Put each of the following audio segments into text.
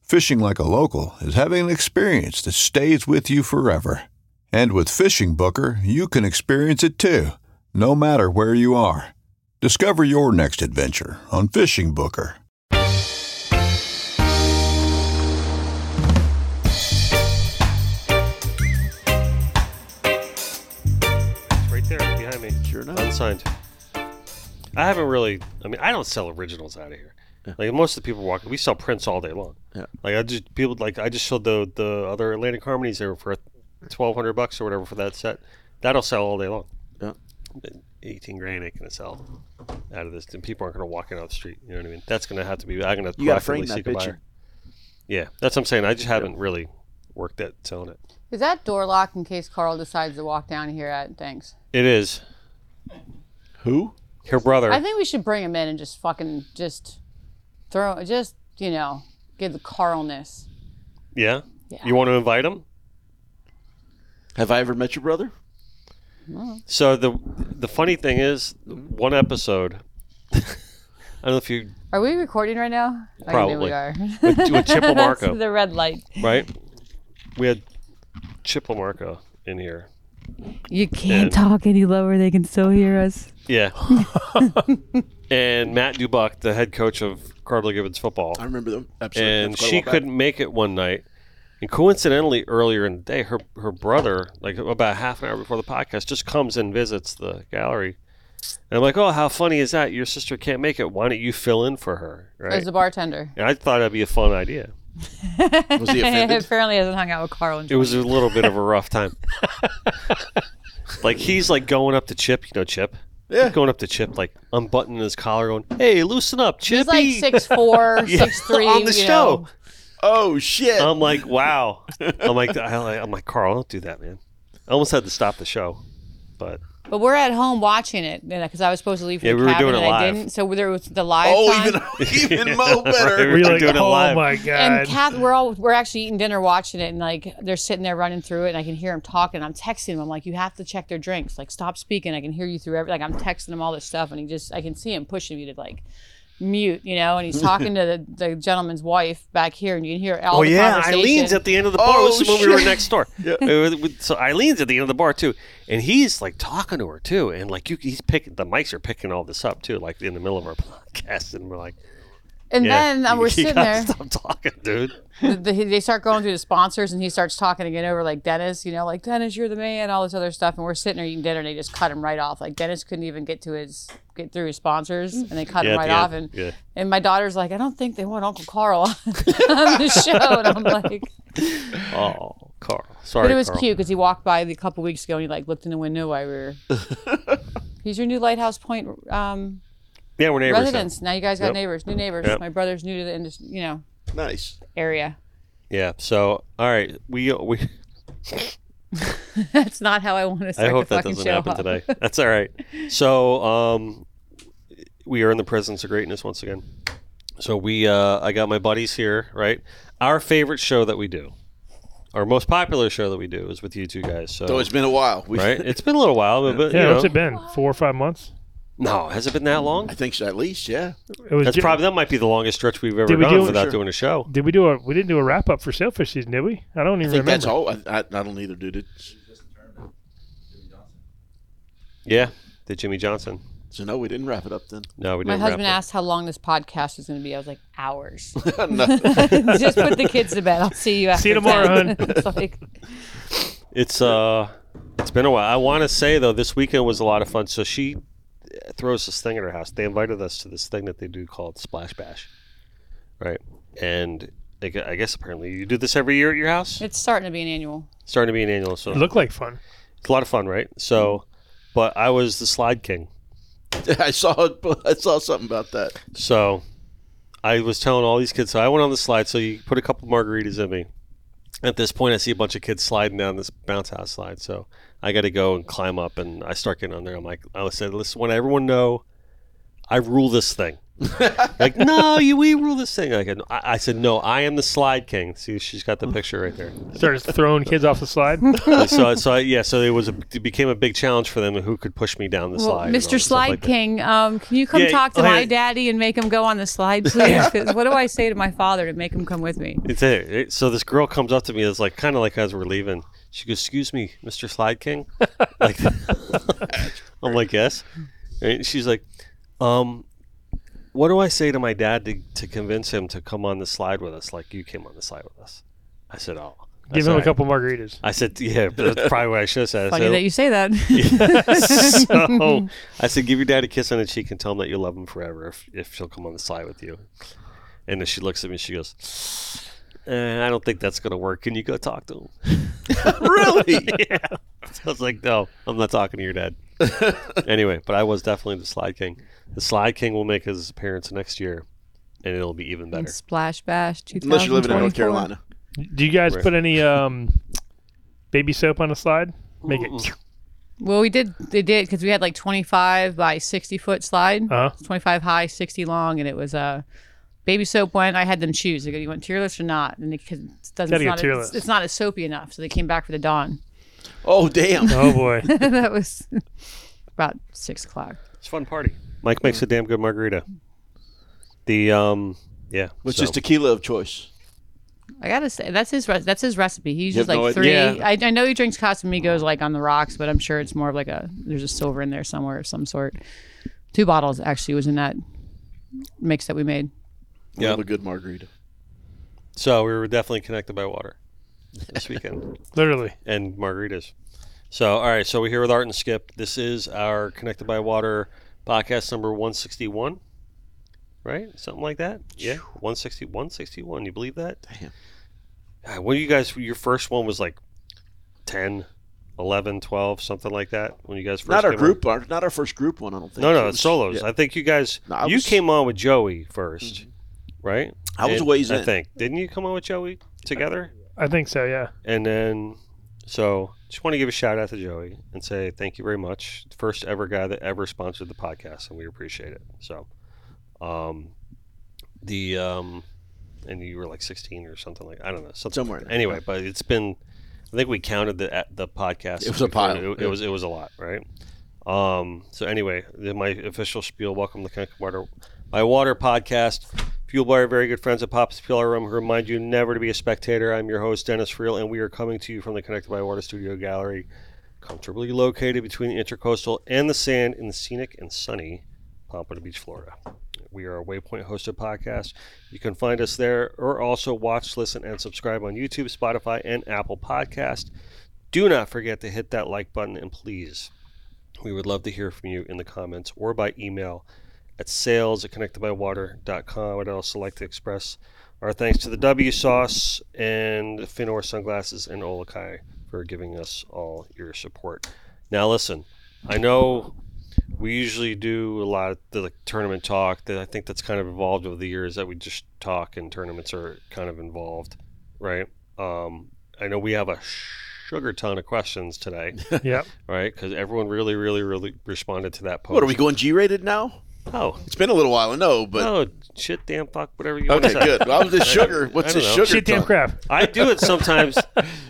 Fishing like a local is having an experience that stays with you forever. And with Fishing Booker, you can experience it too, no matter where you are. Discover your next adventure on Fishing Booker. It's right there behind me. Sure enough. Unsigned. I haven't really. I mean, I don't sell originals out of here. Like most of the people walking, we sell prints all day long. Yeah. Like I just people like I just sold the the other Atlantic Harmonies there for twelve hundred bucks or whatever for that set. That'll sell all day long. Yeah. Eighteen grand ain't gonna sell out of this, and people aren't gonna walk in on the street. You know what I mean? That's gonna have to be. I'm gonna You gotta proactively frame that seek a bitch. buyer. Yeah, that's what I'm saying. I just haven't really worked at selling it. Is that door locked in case Carl decides to walk down here at thanks? It is Who? her brother. I think we should bring him in and just fucking just throw just, you know, give the Carlness. yeah? Yeah. You want to invite him? Have I ever met your brother? So the the funny thing is, one episode. I don't know if you Are we recording right now? Probably. I knew we are. with, with Chip That's Lamarco, the red light. right? We had Chip Lamarco in here. You And- can't talk any lower. They can still hear us. Yeah. and Matt Dubuck, the head coach of Cardinal Gibbons football, I remember them. Absolutely. and That's quite a she while back. couldn't make it one night. And coincidentally, earlier in the day, her her brother, like about half an hour before the podcast, just comes and visits the gallery. And I'm like, oh, how funny is that? Your sister can't make it. Why don't you fill in for her? Right. As a bartender. And I thought that'd be a fun idea. Was he offended? Apparently, hasn't hung out with Carl. And It was a little bit of a rough time. like he's like going up to Chip, you know Chip. Yeah. He's going up to Chip, like unbuttoning his collar, going, "Hey, loosen up, He's Chippy." like six four, Yeah, six three. on the you show. oh shit! I'm like, wow. I'm like, I- I'm like, Carl, don't do that, man. I almost had to stop the show, but Know. But we're at home watching it because I was supposed to leave for Yeah, the we were cabin doing it and I live. didn't. So there was the live time. oh, even even Mo better. Right. We're We're like, doing it oh live." my and god. Kath, we're all we're actually eating dinner, watching it, and like they're sitting there running through it, and I can hear them talking. I'm texting them. I'm like, you have to check their drinks. Like, stop speaking. I can hear you through every. Like, I'm texting them all this stuff, and he just, I can see him pushing me to like mute, you know. And he's talking to the, the gentleman's wife back here, and you can hear all oh the yeah, conversation. Eileen's at the end of the bar. Oh, this is when we were shit. next door. Uh, with- So Eileen's at the end of the bar too, and he's like talking to her too, and like you, he's picking the mics are picking all this up too, like in the middle of our podcast, and we're like, and yeah, then uh, you- we're you sitting gotta there. Stop talking, dude. the, the, they start going through the sponsors, and he starts talking again over like Dennis, you know, like Dennis, you're the man, all this other stuff. And we're sitting there eating dinner, and they just cut him right off. Like Dennis couldn't even get to his get through his sponsors, and they cut Yeah, at him right the off. end, And yeah. and my daughter's like, I don't think they want Uncle Carl on the show, and I'm like, Oh, Carl. Sorry, but it was Carl. cute because he walked by a couple weeks ago, and he like looked in the window while we were. He's your new Lighthouse Point um, Yeah, we're neighbors. now. residence. Now you guys got Yep. neighbors, new neighbors. Yep. My brother's new to the industry, you know, nice. area. Yeah. So, all right, we we. That's not how I want to start I hope the that fucking doesn't show happen up. today. That's all right. So, um, we are in the presence of greatness once again. So we, uh, I got my buddies here, right? Our favorite show that we do, our most popular show that we do is with you two guys. So, So it's been a while. We, right, it's been a little while, but, but, you Yeah, what's know. it been? Four or five months? No, has it been that long? I think so, at least, yeah. It was. That's ju- probably that might be the longest stretch we've ever Did we done do it? without Sure. doing a show. Did we do a? We didn't do a wrap up for sailfish season, did we? I don't I think even remember. that's all. I, I, I don't either, dude. It's, Yeah, the Jimmy Johnson. so no, we didn't wrap it up then. No, we My didn't. wrap husband it. asked how long this podcast was going to be. I was like, hours. no. Just put the kids to bed. I'll see you after. you tomorrow, 10. hun. It's like, It's uh, it's been a while. I want to say though, this weekend was a lot of fun. So she throws this thing at her house. They invited us to this thing that they do called Splash Bash, right? And I gu- I guess apparently you do this every year at your house. it's starting to be an annual. Starting to be an annual, so It looked like fun. it's a lot of fun, right? So, but I was the slide king. I saw I saw something about that. So I was telling all these kids, so I went on the slide. So you put a couple margaritas in me. At this point, I see a bunch of kids sliding down this bounce house slide. So I got to go and climb up, and I start getting on there. I'm like, I said, listen, want everyone know I rule this thing. like, no, you, we rule this thing. Like, I, I said, no, I am the slide king. See, she's got the picture right there. Started throwing kids off the slide. so, so I, yeah, so it was a, it became a big challenge for them who could push me down the Well, slide. and all Mr. this stuff Slide like that. King, um, can you come Yeah, talk to oh, my yeah. daddy and make him go on the slide, please? 'Cause what do I say to my father to make him come with me? It's it, it- So this girl comes up to me. It's like kind of like as we're leaving. She goes, "Excuse me, Mr. Slide King." like, I'm like, "Yes." And she's like, "Um, what do I say to my dad to, to convince him to come on the slide with us? Like you came on the slide with us." I said, "Oh." I Give said, him a "I- couple margaritas. I said, "Yeah, that's probably what I should have said." I Funny said, that you say that. so I said, give your dad a kiss on the cheek and tell him that you love him forever if, if she'll come on the slide with you. And then she looks at me. She goes, eh, I don't think that's gonna work. Can you go talk to him? Really? yeah. I was like, no, I'm not talking to your dad. anyway, but I was definitely the slide king. The slide king will make his appearance next year, and it'll be even better. Splash Bash 2024. Unless you're living in North Carolina. Do you guys Right. put any um, baby soap on the slide? Make it. Well, we did. They did because we had like 25 by 60 foot slide, Uh-huh. 25 high, 60 long, and it was Uh, Baby soap went. I had them choose. They go, "Do you want tearless or not?" And because it's, doesn't- Gotta it's, get not tearless. it's, it's not as soapy enough, so they came back for the dawn. Oh damn. Oh boy. that was about six o'clock. It's a fun party. Mike makes a damn good margarita. The um, yeah, Which so- is tequila of choice. I gotta say that's his re- that's his recipe. He's You just have like no three. idea. I, I know he drinks Casamigos like on the rocks, but I'm sure it's more of like a there's a silver in there somewhere of some sort. Two bottles actually was in that mix that we made. Yeah. Love a good margarita. so we were definitely connected by water this weekend. Literally. and margaritas. So, all right. So we're here with Art and Skip. This is our Connected by Water podcast number 161, right? Something like that. Yeah, 160, 161. You believe that? Damn. Damn. When you guys, your first one was like 10, 11, 12, something like that. When you guys first Not our came group, our, not our first group one. I don't On. think. No, It no, was- it's solos. yeah. I think you guys, No, I you was- Mm-hmm. came on with Joey 1st right? I was And- ways I in. think didn't you come on with Joey together? I think so. Yeah. And then, so just want to give a shout out to Joey and say thank you very much. First ever guy that ever sponsored the podcast, and we appreciate it. So, um, the um, and you were like 16 or something like I don't know something Somewhere in there. Anyway, but it's been. I think we counted the at the podcast. It was a before. pile. It, it was it was a lot, right? Um. So anyway, then my official spiel. Welcome to Connecticut Water, my water podcast. Fueled by our very good friends at Pop's PLR Room, who remind you never to be a spectator. I'm your host Dennis Friel, and we are coming to you from the Connected by Water Studio Gallery, comfortably located between the intercoastal and the sand in the scenic and sunny Pompano Beach, Florida. We are a Waypoint hosted podcast. You can find us there or also watch, listen, and subscribe on YouTube, Spotify, and Apple Podcast. Do not forget to hit that like button and please, we would love to hear from you in the comments or by email at sales at connectedbywater.com. I'd also like to express our thanks to the W Sauce and Finor Sunglasses and Olakai for giving us all your support. Now, listen, I know we usually do a lot of the like, tournament talk that I think that's kind of evolved over the years that we just talk and tournaments are kind of involved, right? Um, I know we have a sugar ton of questions today, Yeah. right? Because everyone really, really, really responded to that post. What are we going G-rated now? Oh, It's been a little while, I know, but oh, shit, damn, fuck, whatever you want okay, to say. good. Well, I was just sugar. I What's the don't know. sugar? Shit, damn talk? crap. I do it sometimes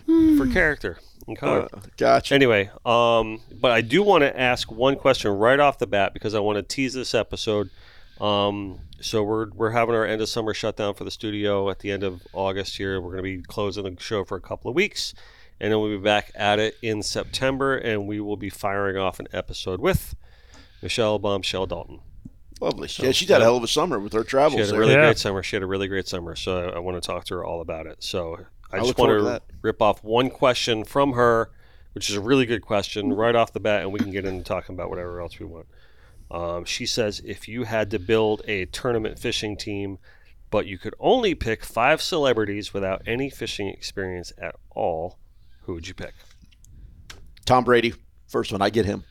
for character and color. Uh, gotcha. Anyway, um, but I do want to ask one question right off the bat because I want to tease this episode. Um, so we're we're having our end of summer shutdown for the studio at the end of August here. We're going to be closing the show for a couple of weeks, and then we'll be back at it in September, and we will be firing off an episode with Michelle Bombshell Dalton. Lovely. Yeah, she's had a hell of a summer with her She travels. had a there. really Yeah. great summer. She had a really great summer. So I, I want to talk to her all about it. So I, I just look want forward to, to that. rip off one question from her, which is a really good question right off the bat, and we can get into talking about whatever else we want. Um, she says, if you had to build a tournament fishing team, but you could only pick five celebrities without any fishing experience at all, who would you pick? Tom Brady, first one. I get him.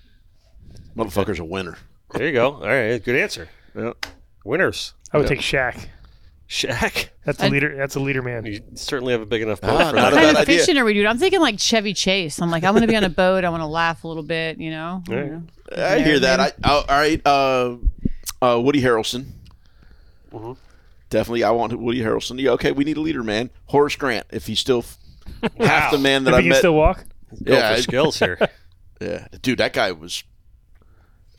Motherfucker's a winner. There you go. All right, good answer. Winners. I would take Shaq. Shaq. That's a I'd- leader. That's a leader man. You certainly have a big enough boat Ah, for that. not a What bad kind of idea. fiction are we doing? I'm thinking like Chevy Chase. I'm like, I'm going to be on a boat. I want to laugh a little bit, you know? All right. You know? I hear that. I, oh, all right. Uh, uh, Woody Harrelson. Mhm. Definitely, I want Woody Harrelson. Yeah, okay, we need a leader, man. Horace Grant, if he's still f- half the man that If I he can met. still walk, Go Yeah, for I- skills here. yeah, dude, that guy was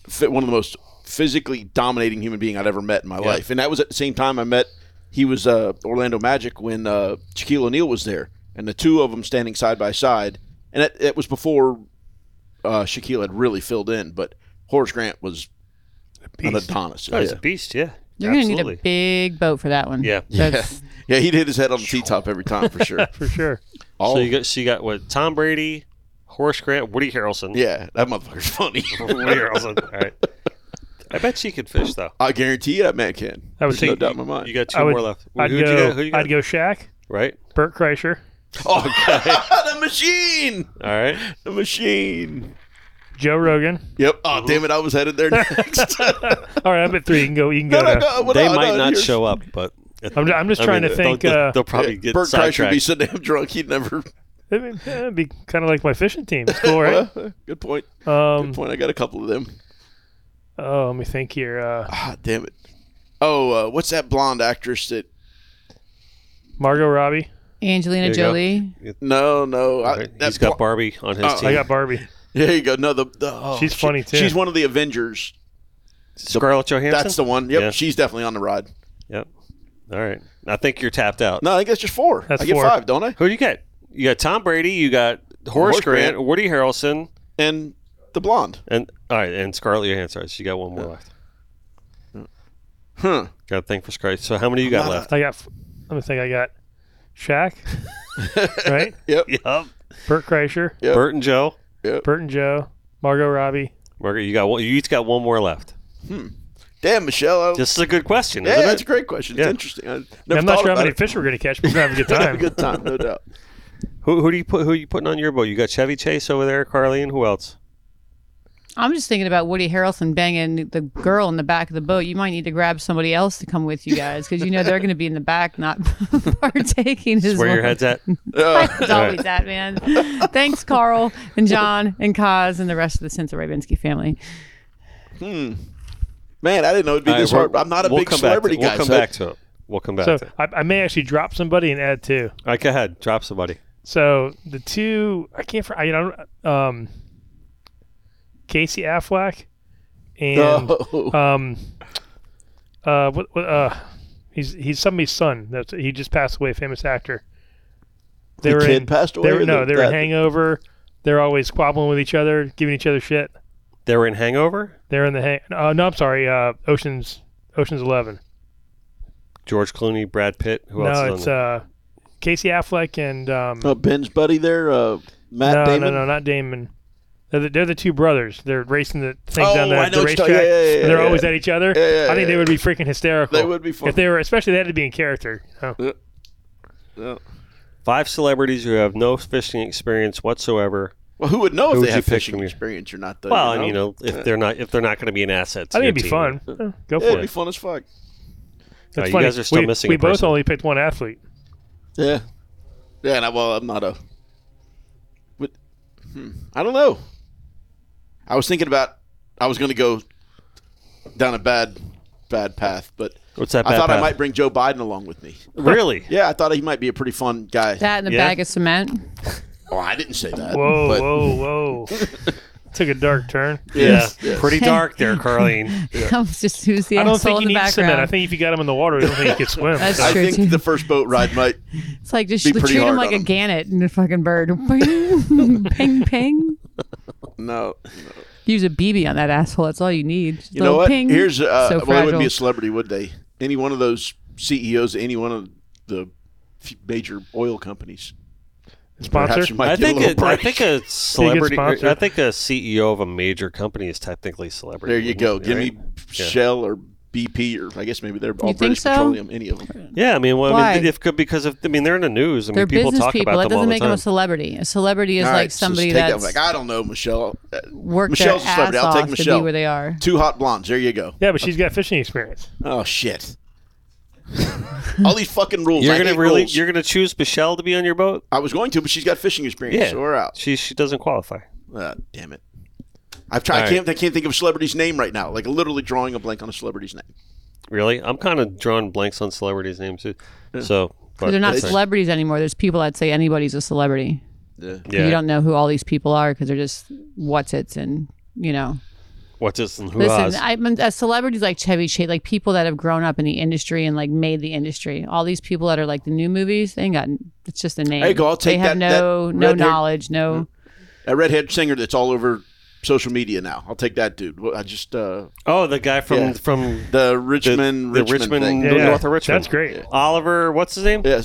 fit, one of the most physically dominating human being I'd ever met in my life, and that was at the same time I met. He was uh, Orlando Magic when uh, Shaquille O'Neal was there, and the two of them standing side by side, and it, it was before uh, Shaquille had really filled in, but Horace Grant was an Adonis. Oh, he's yeah. a beast, yeah. You're going to need a Absolutely. big boat for that one. Yeah. That's, Yeah, he'd hit his head on the tee top every time for sure. for sure. All So you Oh. got so you got what Tom Brady, Horace Grant, Woody Harrelson. yeah, that motherfucker's funny. Woody Harrelson. All right. I bet she could fish though. I guarantee you that man can. I would There's say no doubt in my mind. You got two I would. more left. I'd Who'd go. you got? Who you got? I'd go Shaq. Right. Burt Kreischer. Okay. the machine, All right. the machine. Joe Rogan. Yep. Oh, Uh-huh. damn it! I was headed there next. no, All right, I'm at three. You can go. You can go. no, now. no, they no, might no, not you're- show up, but I'm, ju- I'm just trying to think. They'll, uh, they'll probably get Bert Kreischer sidetracked. would be so damn drunk he'd never. it'd be- it'd eh, be kind of like my fishing team. It's cool, right? Uh, good point. Good Hmm. Um, point. I got a couple of them. oh, let me think here. Uh, Ah, damn it. Oh, uh, what's that blonde actress that? Margot Robbie. Angelina There you go. Jolie. No, no. I, Right? uh, that He's got bl- Barbie on his Oh, I team. I got Barbie. there you go. No, the, the oh, She's she- funny, too. She's one of the Avengers. Scarlett Johansson. That's the one. Yep, Yeah. she's definitely on the ride. Yep. All right. I think you're tapped out. No, I think it's just four. That's I get four. five, don't I? Who do you got? You got Tom Brady. You got Horace Horace Grant, Grant. Woody Harrelson, And the blonde. and all right, and Scarlett Johansson. So you got one more left. Hmm. Huh. Got a thing for Scarlett. So how many you got not a- left? I got. f- Let me think. I got Shaq. right. Yep. Burt Kreischer. Yep. Bert and Joe. Burt and Joe. Margot Robbie. Margaret, you got one, you each got one more left. Damn, Michelle. I, This is a good question, yeah, isn't that's a it? great question. Yeah. It's interesting. I never I'm not thought sure how about many it. fish we're gonna catch, but we're gonna have a good Have a time. good time, no doubt. Who, who do you put? Who you putting on your boat? You got Chevy Chase over there, Carly, and who else? I'm just thinking about Woody Harrelson banging the girl in the back of the boat. You might need to grab somebody else to come with you guys because you know they're going to be in the back, not partaking. This as is where your well. head's at. It's always that, man. Thanks, Carl and John and Kaz and the rest of the Sensor Rabinsky family. Man, I didn't know it'd be All right, this we're- hard. I'm not a we'll big come celebrity back to, We'll guy. come so- back to it. We'll come back So to it. I, I may actually drop somebody and add two. All right, go ahead. Drop somebody. So the two I can't. fr- I don't. Um, Casey Affleck and Oh, um, uh, what, what, uh, he's he's somebody's son. That's he just passed away. Famous actor. They The were kid in, passed away They were, or no, the- they were in that- Hangover. They're always squabbling with each other, giving each other shit. They were in Hangover. They're in the hang. Uh, no, I'm sorry. Uh, Ocean's Ocean's Eleven. George Clooney, Brad Pitt. Who else? no, is it's on there? uh, Casey Affleck and um, uh, Ben's buddy there, uh, Matt no, Damon. no, no, not Damon. They're the, they're the two brothers. They're racing the things down Oh, the, I know what the you're racetrack. talking- yeah, yeah, yeah, and they're yeah, always yeah. at each other. Yeah, yeah, I think yeah, they would be freaking hysterical. They would be fun. if they were, especially they had to be in character. you know. Five celebrities who have no fishing experience whatsoever. Well, who would know Who if would they you have pick fishing from your- experience or not? Though, Well, you know? and you know if they're not if they're not going to be an asset. To I think your it'd be team. fun. Yeah, go yeah, for it'd be it. fun as fuck. That's you funny. guys are still we, missing We a both person. only picked one athlete. Yeah, yeah. And I, well, I'm not a. But, hmm, I don't know. I was thinking about. I was going to go down a bad, bad path. But What's that? I bad thought I path? might bring Joe Biden along with me. Really? Yeah, I thought he might be a pretty fun guy. That and a Yeah. bag of cement. oh, I didn't say that. Whoa, but whoa, whoa. Took a dark turn. Yeah. Yes, yes. Pretty dark there, Carlene. I was just who's the I don't asshole in think the you need background. cement. I think if you got him in the water, I don't think he could swim. That's I true. think too. the first boat ride might. it's like just be treat pretty him hard like on a him. gannet and a fucking bird. Ping, ping, ping. No, Use a BB on that asshole. That's all you need. Just you know little what? Ping. Here's uh, so well, they wouldn't fragile. be a celebrity, would they? Any one of those CEOs, of any one of the f- major oil companies. Sponsor? Perhaps you might I get think a little a, I break. think a celebrity. sponsored. I think a CEO of a major company is technically celebrity. There you go. wouldn't it, Give right? me Shell or BP or I guess maybe they're all think British so? Petroleum. Any of them? Yeah, I mean, well, I mean, Why? if, because if, I mean, they're in the news. I mean, They're people business talk people. about That them all doesn't the make time. them a celebrity. A celebrity is All like right, so somebody take that. that's Like, I don't know, Michelle. Uh, worked Michelle's a their ass celebrity. I'll off take to Michelle. be where they are. Two hot blondes. There you go. Yeah, but she's got fishing experience. Oh shit! All these fucking rules. You're I gonna hate really, rules. you're gonna choose Michelle to be on your boat? I was going to, but she's got fishing experience, Yeah. so we're out. She she doesn't qualify. Ah, damn it! I've tried. All I right. can't. I can't think of a celebrity's name right now. Like literally drawing a blank on a celebrity's name. Really, I'm kind of drawing blanks on celebrities' names too. So, but They're not that's- celebrities anymore. There's people that say anybody's a celebrity. Yeah. You don't know who all these people are because they're just what's it's and you know. What's this and who Listen, has? I mean, uh, celebrities like Chevy Chase, like people that have grown up in the industry and like made the industry. All these people that are like the new movies, they ain't got. It's just a name. Hey, go, I'll take they have that- no that no red-haired- knowledge, no. Mm-hmm. That redhead singer that's all over social media now. I'll take that dude. Well, I just uh, oh, the guy from Yeah. from the Richmond, the Richmond, Richmond, thing. Yeah, north of Richmond. That's great. Oliver, what's his name? Yeah.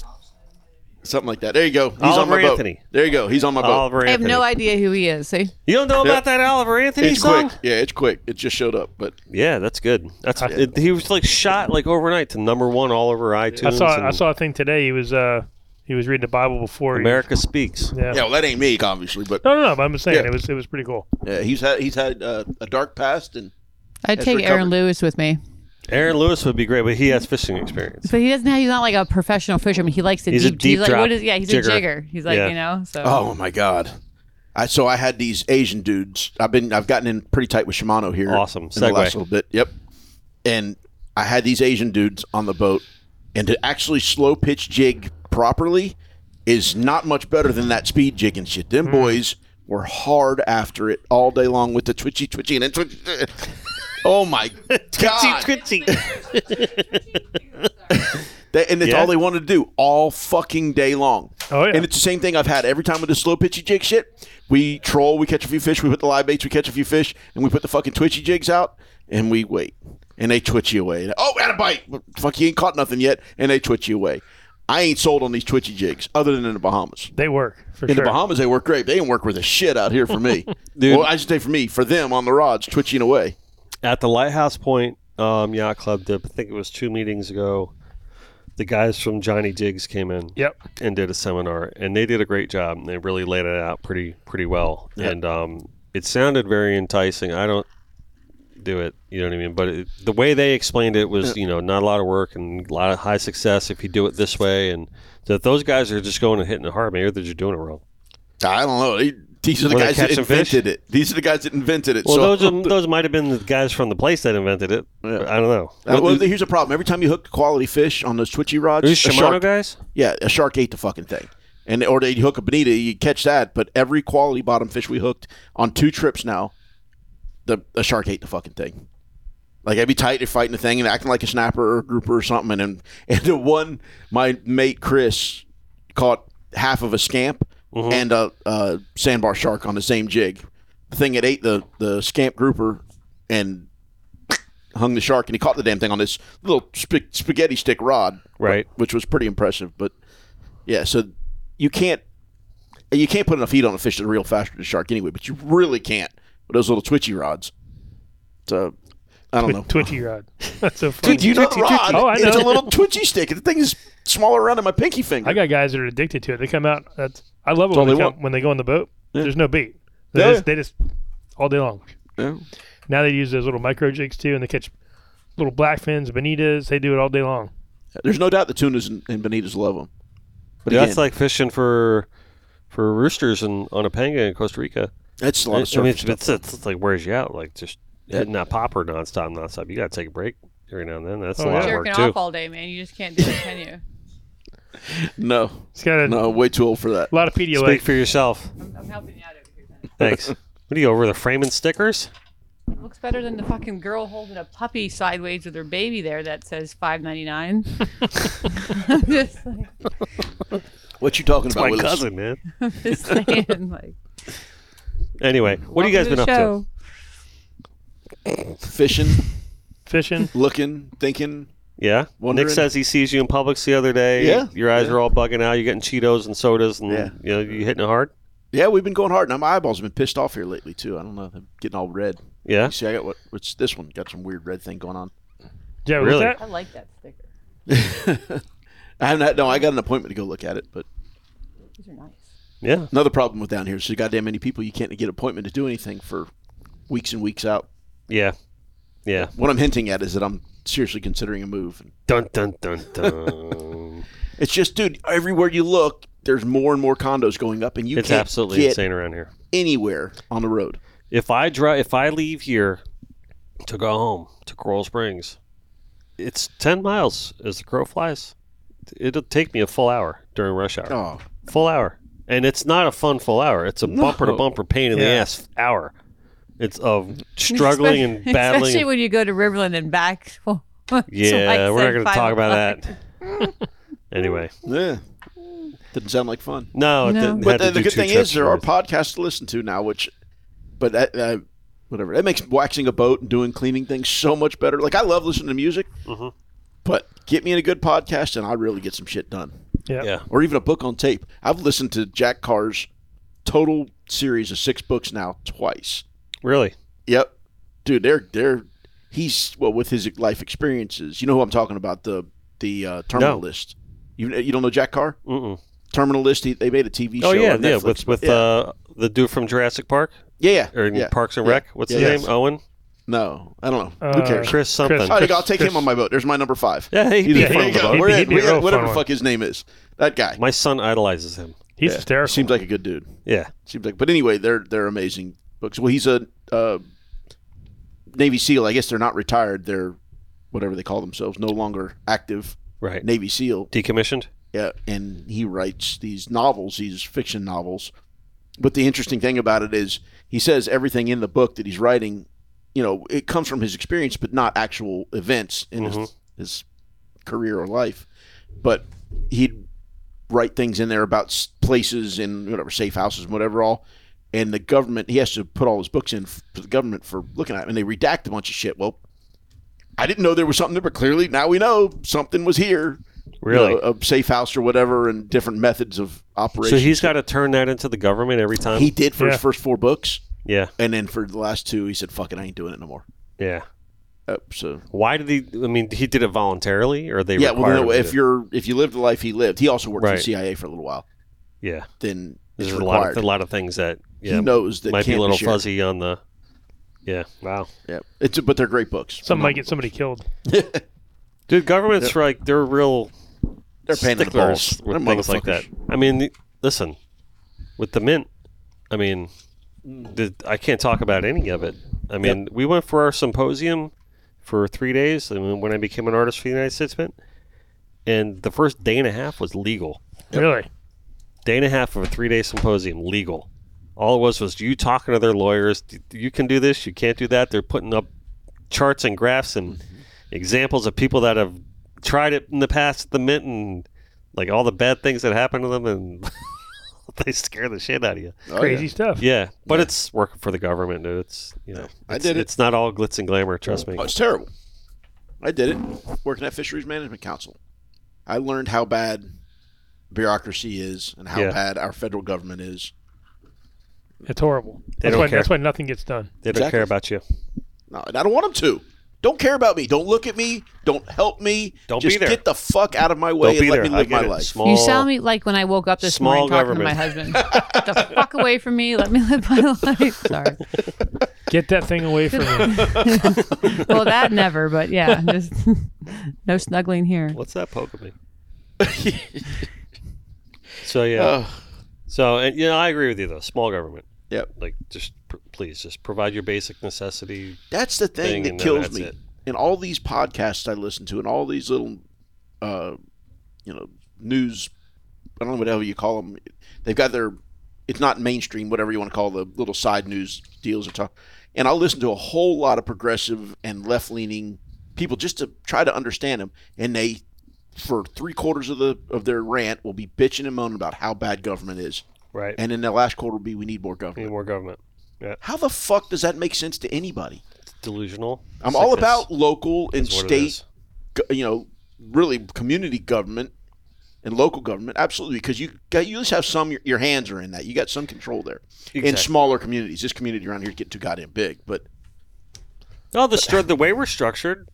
something like that. There you go. He's on Oliver my boat. Anthony. There you go. He's on my boat. Oliver. I have Anthony. no idea who he is. See, You don't know Yeah. about that Oliver Anthony It's song? quick. Yeah, it's quick. It just showed up, but Yeah, that's good. That's it, he was like shot like overnight to number one all over iTunes. I saw I and saw a thing today. He was uh he was reading the Bible before. he- America Speaks. Yeah. yeah, well, that ain't me, obviously. But No, no, no. But I'm just saying Yeah. it was it was pretty cool. yeah, he's had he's had uh, a dark past, and I'd Has take Aaron recovered. Lewis with me, Aaron Lewis would be great, but he has fishing experience. but he doesn't. Have, he's not like a professional fisherman. He likes to He's a deep. he's deep like drop what is? Yeah, he's jigger. a jigger. He's like Yeah. you know. So oh my god. I, so I had these Asian dudes. I've been I've gotten in pretty tight with Shimano here. Awesome. in the last Segue. little bit. Yep. And I had these Asian dudes on the boat, and to actually slow pitch jig properly is not much better than that speed jig and shit. Hmm. Them boys were hard after it all day long with the twitchy twitchy and then twitchy. Oh my god! Twitchy. They, and it's Yeah. all they wanted to do all fucking day long. Oh, yeah. And it's the same thing I've had every time with the slow pitchy jig shit. We troll, we catch a few fish, we put the live baits, we catch a few fish, and we put the fucking twitchy jigs out, and we wait. And they twitch you away. And, oh, had a bite. Well, Fuck, you ain't caught nothing yet. And they twitch you away. I ain't sold on these twitchy jigs other than in the Bahamas. They work for In sure. the Bahamas, they work great. They ain't work worth a shit out here for me. Well, I should say for me, for them on the rods, twitching away. At the Lighthouse Point um, Yacht Club, did, I think it was two meetings ago, the guys from Johnny Diggs came in Yep. and did a seminar, and they did a great job. And they really laid it out pretty pretty well, and um, it sounded very enticing. I don't do it, you know what I mean? But it, the way they explained it was, you know, not a lot of work and a lot of high success if you do it this way, and that those guys are just going and hitting it hard. Maybe they're just doing it wrong. I don't know. They- These are the Were they guys that catching fish? invented it. These are the guys that invented it. Well, so those are, those might have been the guys from the place that invented it. I don't know. Uh, well, here's the problem. Every time you hook quality fish on those twitchy rods, These a Shimano shark, guys? yeah, a shark ate the fucking thing. And or they hook a bonita, you catch that. But every quality bottom fish we hooked on two trips now, the a shark ate the fucking thing. Like I'd be tight, they're fighting the thing and acting like a snapper or a grouper or something. And and the one my mate Chris caught half of a scamp and a, a sandbar shark on the same jig. The thing that ate the the scamp grouper and hung the shark and he caught the damn thing on this little sp- spaghetti stick rod, Right. Which was pretty impressive. But yeah, so you can't you can't put enough heat on a fish to reel faster than a shark anyway. But you really can't with those little twitchy rods. So I don't know. Twitchy rod. That's so funny. Dude, you know the rod. Oh, I know. It's a little twitchy stick. The thing is smaller around than my pinky finger. I got guys that are addicted to it. They come out. That's I love it all when they, they come, want. when they go on the boat. There's no beat. They, Yeah. just, they just all day long. Yeah. Now they use those little micro jigs too, and they catch little black fins, bonitas. They do it all day long. There's no doubt the tunas and, and bonitas love them. But Yeah, again, that's like fishing for for roosters in, on a panga in Costa Rica. that's a I lot mean, of surf. it's, it's, it's like wears you out. Like just hitting that popper nonstop, nonstop. You got to take a break every now and then. That's Oh, a lot of Jerking work off too. all day, man. You just can't do it, can you? No, It's got a no, way too old for that. lot of Pedialyte. Speak for yourself. I'm, I'm helping you out over here. man. Thanks. what do you over the framing stickers? Looks better than the fucking girl holding a puppy sideways with her baby there that says five ninety nine. just like, What you talking about? My Willis? cousin, man. I'm just saying, like. Anyway, what have you guys been up to? Fishing, Fishing. looking, thinking. Yeah. Wondering. Nick says he sees you in Publix the other day. Yeah, Your eyes yeah. are all bugging out. You're getting Cheetos and sodas, and Yeah. you know you hitting it hard. Yeah, we've been going hard. Now my eyeballs have been pissed off here lately too. I don't know, they're getting all red. Yeah. You see, I got what? What's this one? Got some weird red thing going on. Yeah, Really? what's that? I like that sticker. I haven't. Had, no, I got an appointment to go look at it. But These are nice. Yeah. another problem with down here is there's goddamn many people. You can't get appointment to do anything for weeks and weeks out. Yeah. Yeah. What I'm hinting at is that I'm seriously considering a move. And Dun dun dun dun. It's just, dude, everywhere you look, there's more and more condos going up, and you it's can't absolutely get insane around here. anywhere on the road. If I drive, if I leave here to go home to Coral Springs, it's ten miles as the crow flies. It'll take me a full hour during rush hour. Oh, Full hour, and it's not a fun full hour. It's a bumper to bumper pain in the Yeah. ass hour. It's of struggling and Especially- battling. Especially and- when you go to Riverland and back. Well, so I yeah, we're said not going to five talk about o'clock. that. anyway, yeah. Didn't sound like fun. no, it No. didn't But have to the, the do good two thing trips is there are first. podcasts to listen to now, which, but that, uh, whatever that makes waxing a boat and doing cleaning things so much better. Like I love listening to music, Mm-hmm. but get me in a good podcast and I really get some shit done, Yeah. Yeah. or even a book on tape. I've listened to Jack Carr's total series of six books now twice. Really? Yep, dude, they're they're he's well with his life experiences. You know who I'm talking about the the uh, terminal list. You you don't know Jack Carr? Mm-mm. Terminal list. He, they made a TV show. Oh yeah, on yeah. With Netflix. with yeah. Uh, the dude from Jurassic Park yeah, yeah, or yeah. Parks and yeah. Rec. What's Yeah, his yes. name? Owen. No, I don't know. Uh, Who cares? Chris something. All right, Chris- I'll take him Chris- on my boat. There's my number five. Yeah, hey, He's yeah, a fun he'd be- fellow. he'd We're be- in. he'd be We a real got- whatever fun the one. fuck his name is. That guy My son idolizes him. He's Yeah. hysterical. seems like a good dude. Yeah. Seems like, but anyway, they're they're amazing books. Well, he's a uh, Navy SEAL. I guess they're not retired. They're whatever they call themselves, no longer active Right. Navy SEAL. Decommissioned. Yeah, and he writes these novels, these fiction novels. But the interesting thing about it is he says everything in the book that he's writing, you know, it comes from his experience, but not actual events in his, his career or life. But he'd write things in there about s- places and whatever, safe houses and whatever all. And the government, he has to put all his books in f- for the government for looking at them, and they redact a bunch of shit. Well, I didn't know there was something there, but clearly now we know something was here you Really? know, a safe house or whatever, and different methods of so operation. he's got to turn that into the government every time. he did for Yeah. his first four books, yeah. and then for the last two, he said, "Fuck it, I ain't doing it no more." Yeah. Uh, so Why did he? I mean, he did it voluntarily, or they? yeah, well, required no, him to if do it? you're if you live the life he lived, he also worked for Right. the CIA for a little while. yeah, Then it's there's a lot, required. of, a lot of things that yeah he knows that might be can't a little shared. fuzzy on the. Yeah. Wow. Yeah, it's but they're great books. Something might get somebody killed. Dude, governments like they're real They're pain in the sticklers balls. with They're things like that. motherfuckers. I mean, the- listen, with the mint, I mean, the, I can't talk about any of it. I mean, we went for our symposium for three days, and then when I became an artist for the United States Mint, and the first day and a half was legal. Really? Day and a half of a three-day symposium, legal. All it was was you talking to their lawyers. "D- You can do this. You can't do that. They're putting up charts and graphs Mm-hmm. and examples of people that have tried it in the past at the mint and like all the bad things that happened to them and they scare the shit out of you. Oh, yeah. Crazy stuff. Yeah, but it's working for the government, dude. It's you know, I it's- did it. It's not all glitz and glamour. Trust me. Oh, it's terrible. I did it working at Fisheries Management Council. I learned how bad bureaucracy is and how Yeah. bad our federal government is. It's horrible. They that's don't why care. that's why nothing gets done. They don't care about you. No, and I don't want them to. Don't care about me. Don't look at me. Don't help me. Don't Just be there. Get the fuck out of my way Don't be and let there. me I live get my it. life. Small, You sound me like when I woke up this Small morning talking to my husband. Get the fuck away from me. Let me live my life. Sorry. Get that thing away from me. Well, that never, but yeah, just no snuggling here. What's that poking me? so yeah. So and you know, I agree with you though. Small government. Yep. Like, just pr- please, just provide your basic necessity. That's the Thing, thing, and that then kills that's me. it. In all these podcasts I listen to, and all these little, uh, you know, news, I don't know whatever you call them. They've got their, it's not mainstream, whatever you want to call the little side news deals or talk. And I'll listen to a whole lot of progressive and left leaning people just to try to understand them. And they, for three quarters of the of their rant, will be bitching and moaning about how bad government is. Right. And then the last quarter will be, we need more government. Need more government. How the fuck does that make sense to anybody? Delusional. I'm all sickness about local and is what it is. state, go- you know, really community government and local government. Absolutely, because you got you just have some your, your hands are in that. You got some control there in Exactly. smaller communities. This community around here is getting too goddamn big, but No, the stru- the way we're structured,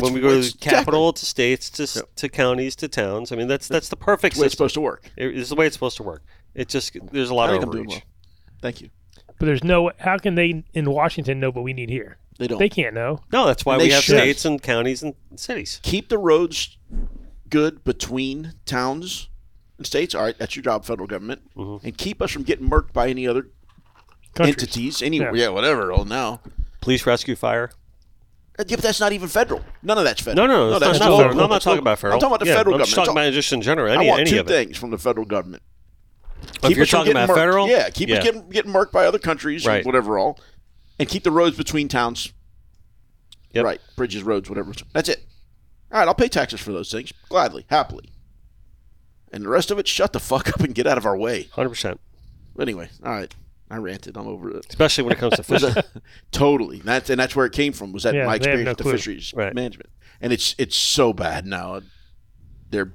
when we go it's- to capital to states to, s to counties to towns, I mean that's that's the perfect it's the way it's system. supposed to work. It- it's the way it's supposed to work. It just there's a lot of I think I'm doing overreach. well. Thank you. But there's no. How can they in Washington know what we need here? They don't They can't know. No, that's why And they we have should. states and counties and cities. keep the roads good between towns and states. All right, that's your job, federal government, Mm-hmm. and keep us from getting murked by any other Countries. entities. Any yeah, Yeah. whatever. Oh now. Police, rescue, fire. Uh, Yeah, but that's not even federal. None of that's No, federal. no, no. it's that's not local. federal. No, I'm not That's talking local. about federal. I'm talking about the Yeah, federal I'm just government. talking about just in general. I Any, want any two of it. things from the federal government. If you're us from talking about getting murked. federal, yeah, keep yeah. us getting, getting murked by other countries, and Right. whatever all, and keep the roads between towns, Yep. right? Bridges, roads, whatever. That's it. All right, I'll pay taxes for those things gladly, happily, and the rest of it, shut the fuck up and get out of our way. Hundred percent. Anyway, all right, I ranted. I'm over it. Especially when it comes to fishing. Totally. That's and that's where it came from. Was that Yeah, my they have experience no with the clue. fisheries Right. management? And it's it's so bad now. They're,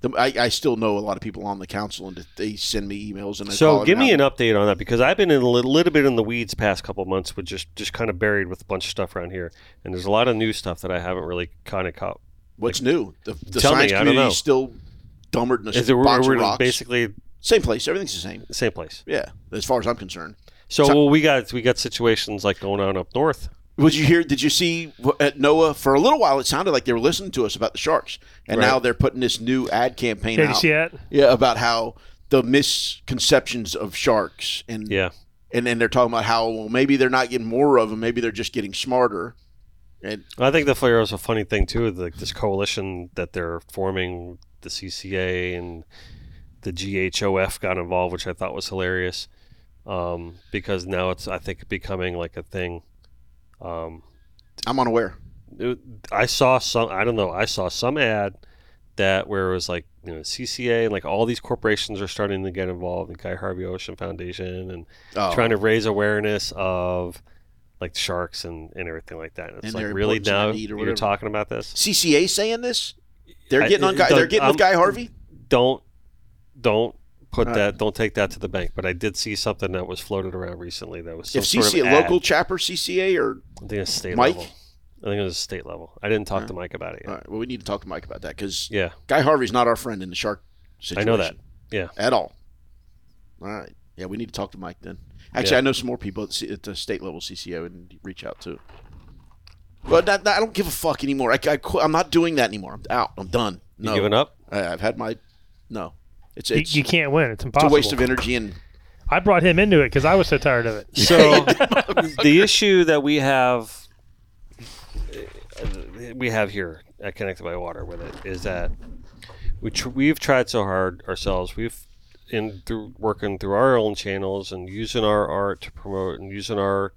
the, I, I still know a lot of people on the council, and they send me emails and I So call give them me out. an update on that because I've been in a little, little bit in the weeds past couple months with just just kind of buried with a bunch of stuff around here, and there's a lot of new stuff that I haven't really kind of caught. what's new. The, the Tell me, science I don't community know. is still dumber than a Is it box we're of in rocks. basically the same place. Everything's the same. same place? Yeah, as far as I'm concerned. So, So- well, we got we got situations like going on up north. Would you hear? Did you see wh- at NOAA for a little while? It sounded like they were listening to us about the sharks, and Right. now they're putting this new ad campaign Yeah, did you out. see that? Yeah, about how the misconceptions of sharks and Yeah, and then they're talking about how well, maybe they're not getting more of them, maybe they're just getting smarter. And I think the flare is a funny thing too. Like this coalition that they're forming, the CCA and the GHOF got involved, which I thought was hilarious um, because now it's I think becoming like a thing. Um, I'm unaware. it- I saw some. I don't know. I saw some ad that where it was like you know CCA and like all these corporations are starting to get involved, and Guy Harvey Ocean Foundation, and Oh, trying to raise awareness of like sharks and, and everything like that. And it's And like their really importance and now their need or you're whatever. talking about this. CCA saying this? They're I- uh, um, getting on. Guy, Doug, they're getting I'm- with Guy Harvey. Don't don't put Uh, that. Don't take that to the bank. But I did see something that was floated around recently that was some If sort of CCA ad. local chapter CCA or I think it's state Mike? level. I think it was state level. I didn't talk to Mike about it yet. all right, well, we need to talk to Mike about that because Yeah, Guy Harvey's not our friend in the shark I situation. know that. Yeah. at all. All right, yeah, we need to talk to Mike then. Actually, Yeah. I know some more people at, C- at the state level CCO and reach out to. But that, that- I don't give a fuck anymore. I, I, qu- I'm not doing that anymore. I'm out. I'm done. You No, giving up? I, I've had my no. It's You, it's, you can't win. It's it's a impossible. waste of energy and I brought him into it because I was so tired of it. So the issue that we have uh, we have here at Connected by Water with it is that we tr- we've tried so hard ourselves. We've in through working through our own channels and using our art to promote and using our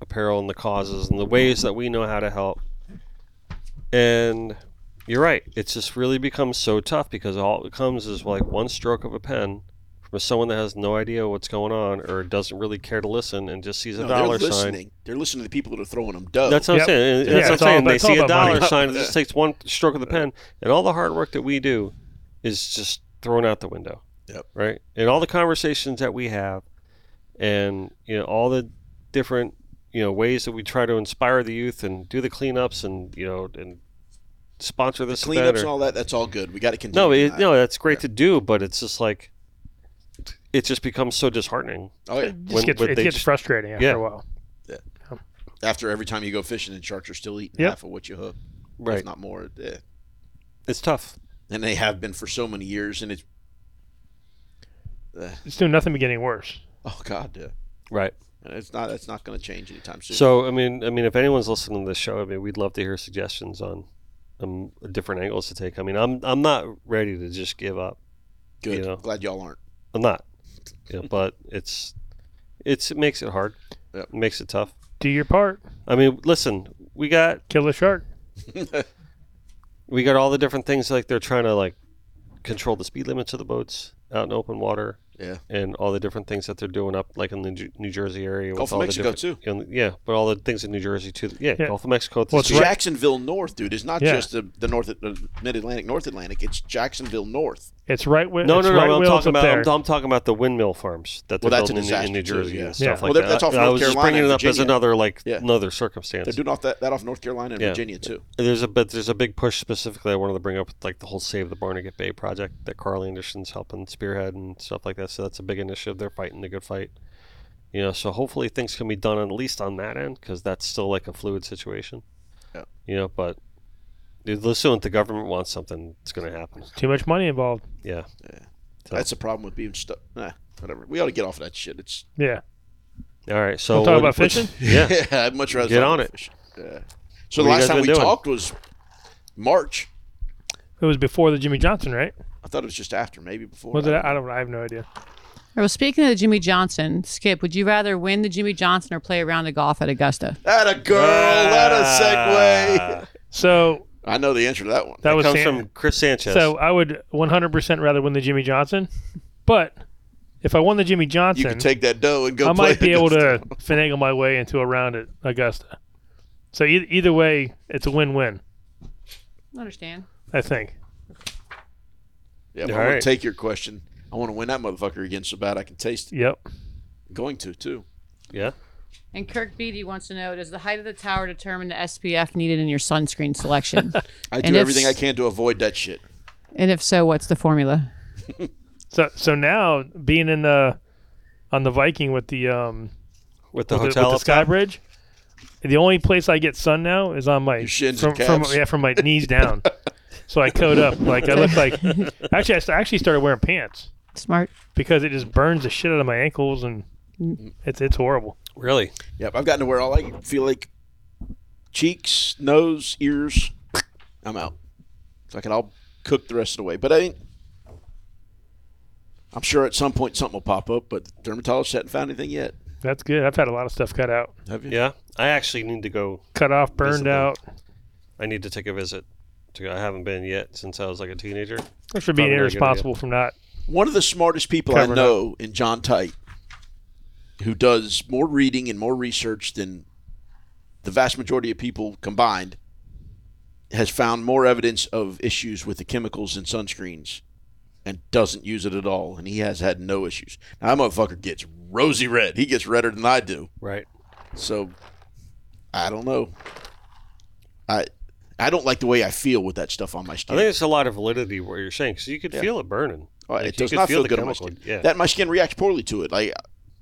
apparel and the causes and the ways that we know how to help. And you're right. It's just really becomes so tough because all it comes is like one stroke of a pen from someone that has no idea what's going on or doesn't really care to listen and just sees a no, they're dollar listening. sign. They're listening to the people that are throwing them dough. That's what I'm Yep. saying. and Yeah, That's what I'm it's all saying. about- They it's all see a about money. dollar sign. It just takes one stroke of the pen, and all the hard work that we do is just thrown out the window. Yep. Right. And all the conversations that we have, and you know all the different you know ways that we try to inspire the youth and do the cleanups and you know and sponsor this event cleanups or- and all that. That's all good. We got to continue. no, with it, that. no, that's great to do, but it's just like it just becomes so disheartening. Oh, yeah. It just When- gets, when it they gets just- frustrating after Yeah. a while. After every time you go fishing, and sharks are still eating Yep. half of what you hook, if Right. not more. eh. It's tough. And they have been for so many years, and it's It's doing nothing but getting worse. oh god. Yeah. Right. And it's not that's not going to change anytime soon. So I mean, I mean, if anyone's listening to this show, I mean, we'd love to hear suggestions on um, different angles to take. I mean, I'm I'm not ready to just give up. good. you know. Glad y'all aren't. I'm not, you know, but it's it's it makes it hard. Yep. It makes it tough. Do your part. I mean, listen, we got Kill a shark. we got all the different things like they're trying to like control the speed limits of the boats out in open water. Yeah. And all the different things that they're doing up like in the Ju- New Jersey area. with Gulf of all the Mexico, different- you know, yeah, but all the things in New Jersey too. Yeah, Yeah. Gulf of Mexico. Well, It's That's Yeah. right. Jacksonville North, dude. It's not Yeah. just the, the North, the Mid Atlantic, North Atlantic. It's Jacksonville North. It's right where. No, it's no, no. Right I'm wheels talking up about there. I'm, I'm talking about the windmill farms that they're Well, that's a building in, in New disaster, too, Jersey yeah. and stuff Yeah. like Well, that- that. that's off I, I North was just Carolina bringing it and up as Virginia. another like Yeah. another circumstance. They're doing off that, that off North Carolina and Yeah. Virginia too. There's a but there's a big push specifically I wanted to bring up like the whole Save the Barnegat Bay project that Carl Anderson's helping spearhead and stuff like that. So that's a big initiative. They're fighting the good fight. You know, so hopefully things can be done at least on that end because that's still like a fluid situation. Yeah. You know, but dude, listen, if the government wants something, it's going to happen. Too much money involved. Yeah. So- That's the problem with being stuck. Nah, whatever. We ought to get off of that shit. It's Yeah. All right. So We'll talk what- about what- fishing? Yeah. yeah, I'd much rather Get talk on about it. fish. Yeah. So the What have you guys last time been we doing? talked was March. It was before the Jimmy Johnson, right? I thought it was just after, maybe before. Was it? I don't. I have no idea. Well, speaking of the Jimmy Johnson, Skip, would you rather win the Jimmy Johnson or play a round of golf at Augusta? That a girl. That a segue. So Ah. I know the answer to that one. that was comes Sam- from Chris Sanchez. So I would 100% rather win the Jimmy Johnson, but if I won the Jimmy you Johnson, could take that dough and go. I play might be able against to finagle my way into a round at Augusta. So e- either way, it's a win-win. understand. I think. Yeah, but All I want right. to take your question. I want to win that motherfucker again so bad I can taste it. Yep. Going to too. yeah. And Kirk Beatty wants to know: Does the height of the tower determine the SPF needed in your sunscreen selection? I And do if- everything I can to avoid that shit. and if so, what's the formula? So so now being in the on the Viking with the um With the with the, hotel with the up sky top? bridge, the only place I get sun now is on my shins from, and from calves. yeah from my knees down. So I coat up like I look like actually I st- actually started wearing pants Smart. because it just burns the shit out of my ankles and it's it's horrible. Really? Yep, I've gotten to where all I feel like cheeks, nose, ears. I'm out. So I can all cook the rest of the way. But I ain't. I'm sure at some point something will pop up, but the dermatologist hasn't found anything yet. That's good. I've had a lot of stuff cut out, Have you? Yeah. I actually need to go cut off, burned Visible. out. I need to take a visit. To, I haven't been yet since I was like a teenager. Thanks for being Probably a good irresponsible from not. One of the smartest people I Covered know in John Tite, who does more reading and more research than the vast majority of people combined, has found more evidence of issues with the chemicals in sunscreens and doesn't use it at all. And he has had no issues. Now, that motherfucker gets rosy red. He gets redder than I do. Right. So I don't know. I I don't like the way I feel with that stuff on my I skin. think it's a lot of validity what you're saying because you could feel it burning. Oh, Like, it you does could not feel, the good on my chemical. skin. Yeah. That my skin reacts poorly to it. Like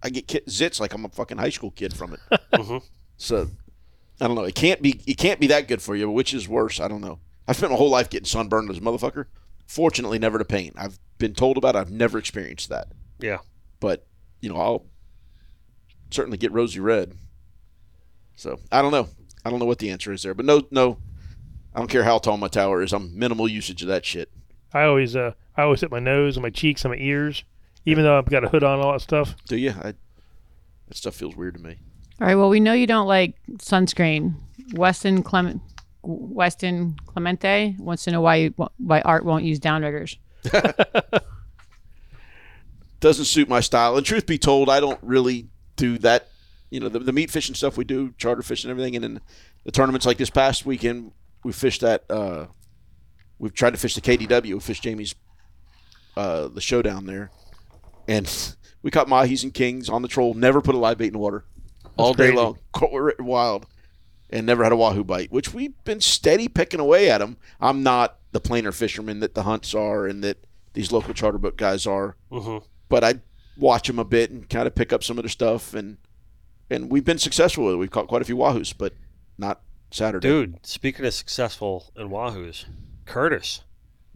I get ki- zits like I'm a fucking high school kid from it. So I don't know. It can't be. It can't be that good for you. but Which is worse? I don't know. I spent my whole life getting sunburned as a motherfucker. Fortunately, never to pain. I've been told about. it. I've never experienced that. yeah. But you know, I'll certainly get rosy red. So I don't know. I don't know what the answer is there. But no, no. I don't care how tall my tower is. I'm minimal usage of that shit. I always uh I always hit my nose and my cheeks and my ears, even though I've got a hood on and all that stuff. Do you? I, that stuff feels weird to me. All right. Well, we know you don't like sunscreen. Weston Clement, Weston Clemente wants to know why you, why Art won't use downriggers. doesn't suit my style. And truth be told, I don't really do that. You know, the, the meat fishing stuff we do, charter fishing and everything. And then the tournaments like this past weekend, we fished that. Uh, we've tried to fish the KDW. We fished Jamie's uh, the showdown there, and we caught mahis and kings on the troll. Never put a live bait in the water all day crazy. long. Caught were wild. And never had a wahoo bite, which we've been steady picking away at them. I'm not the planer fisherman that the hunts are and that these local charter boat guys are Mm-hmm. but I watch them a bit and kind of pick up some of their stuff and and we've been successful with it. We've caught quite a few wahoos, but not Saturday. Dude, speaking of successful in Wahoos, Curtis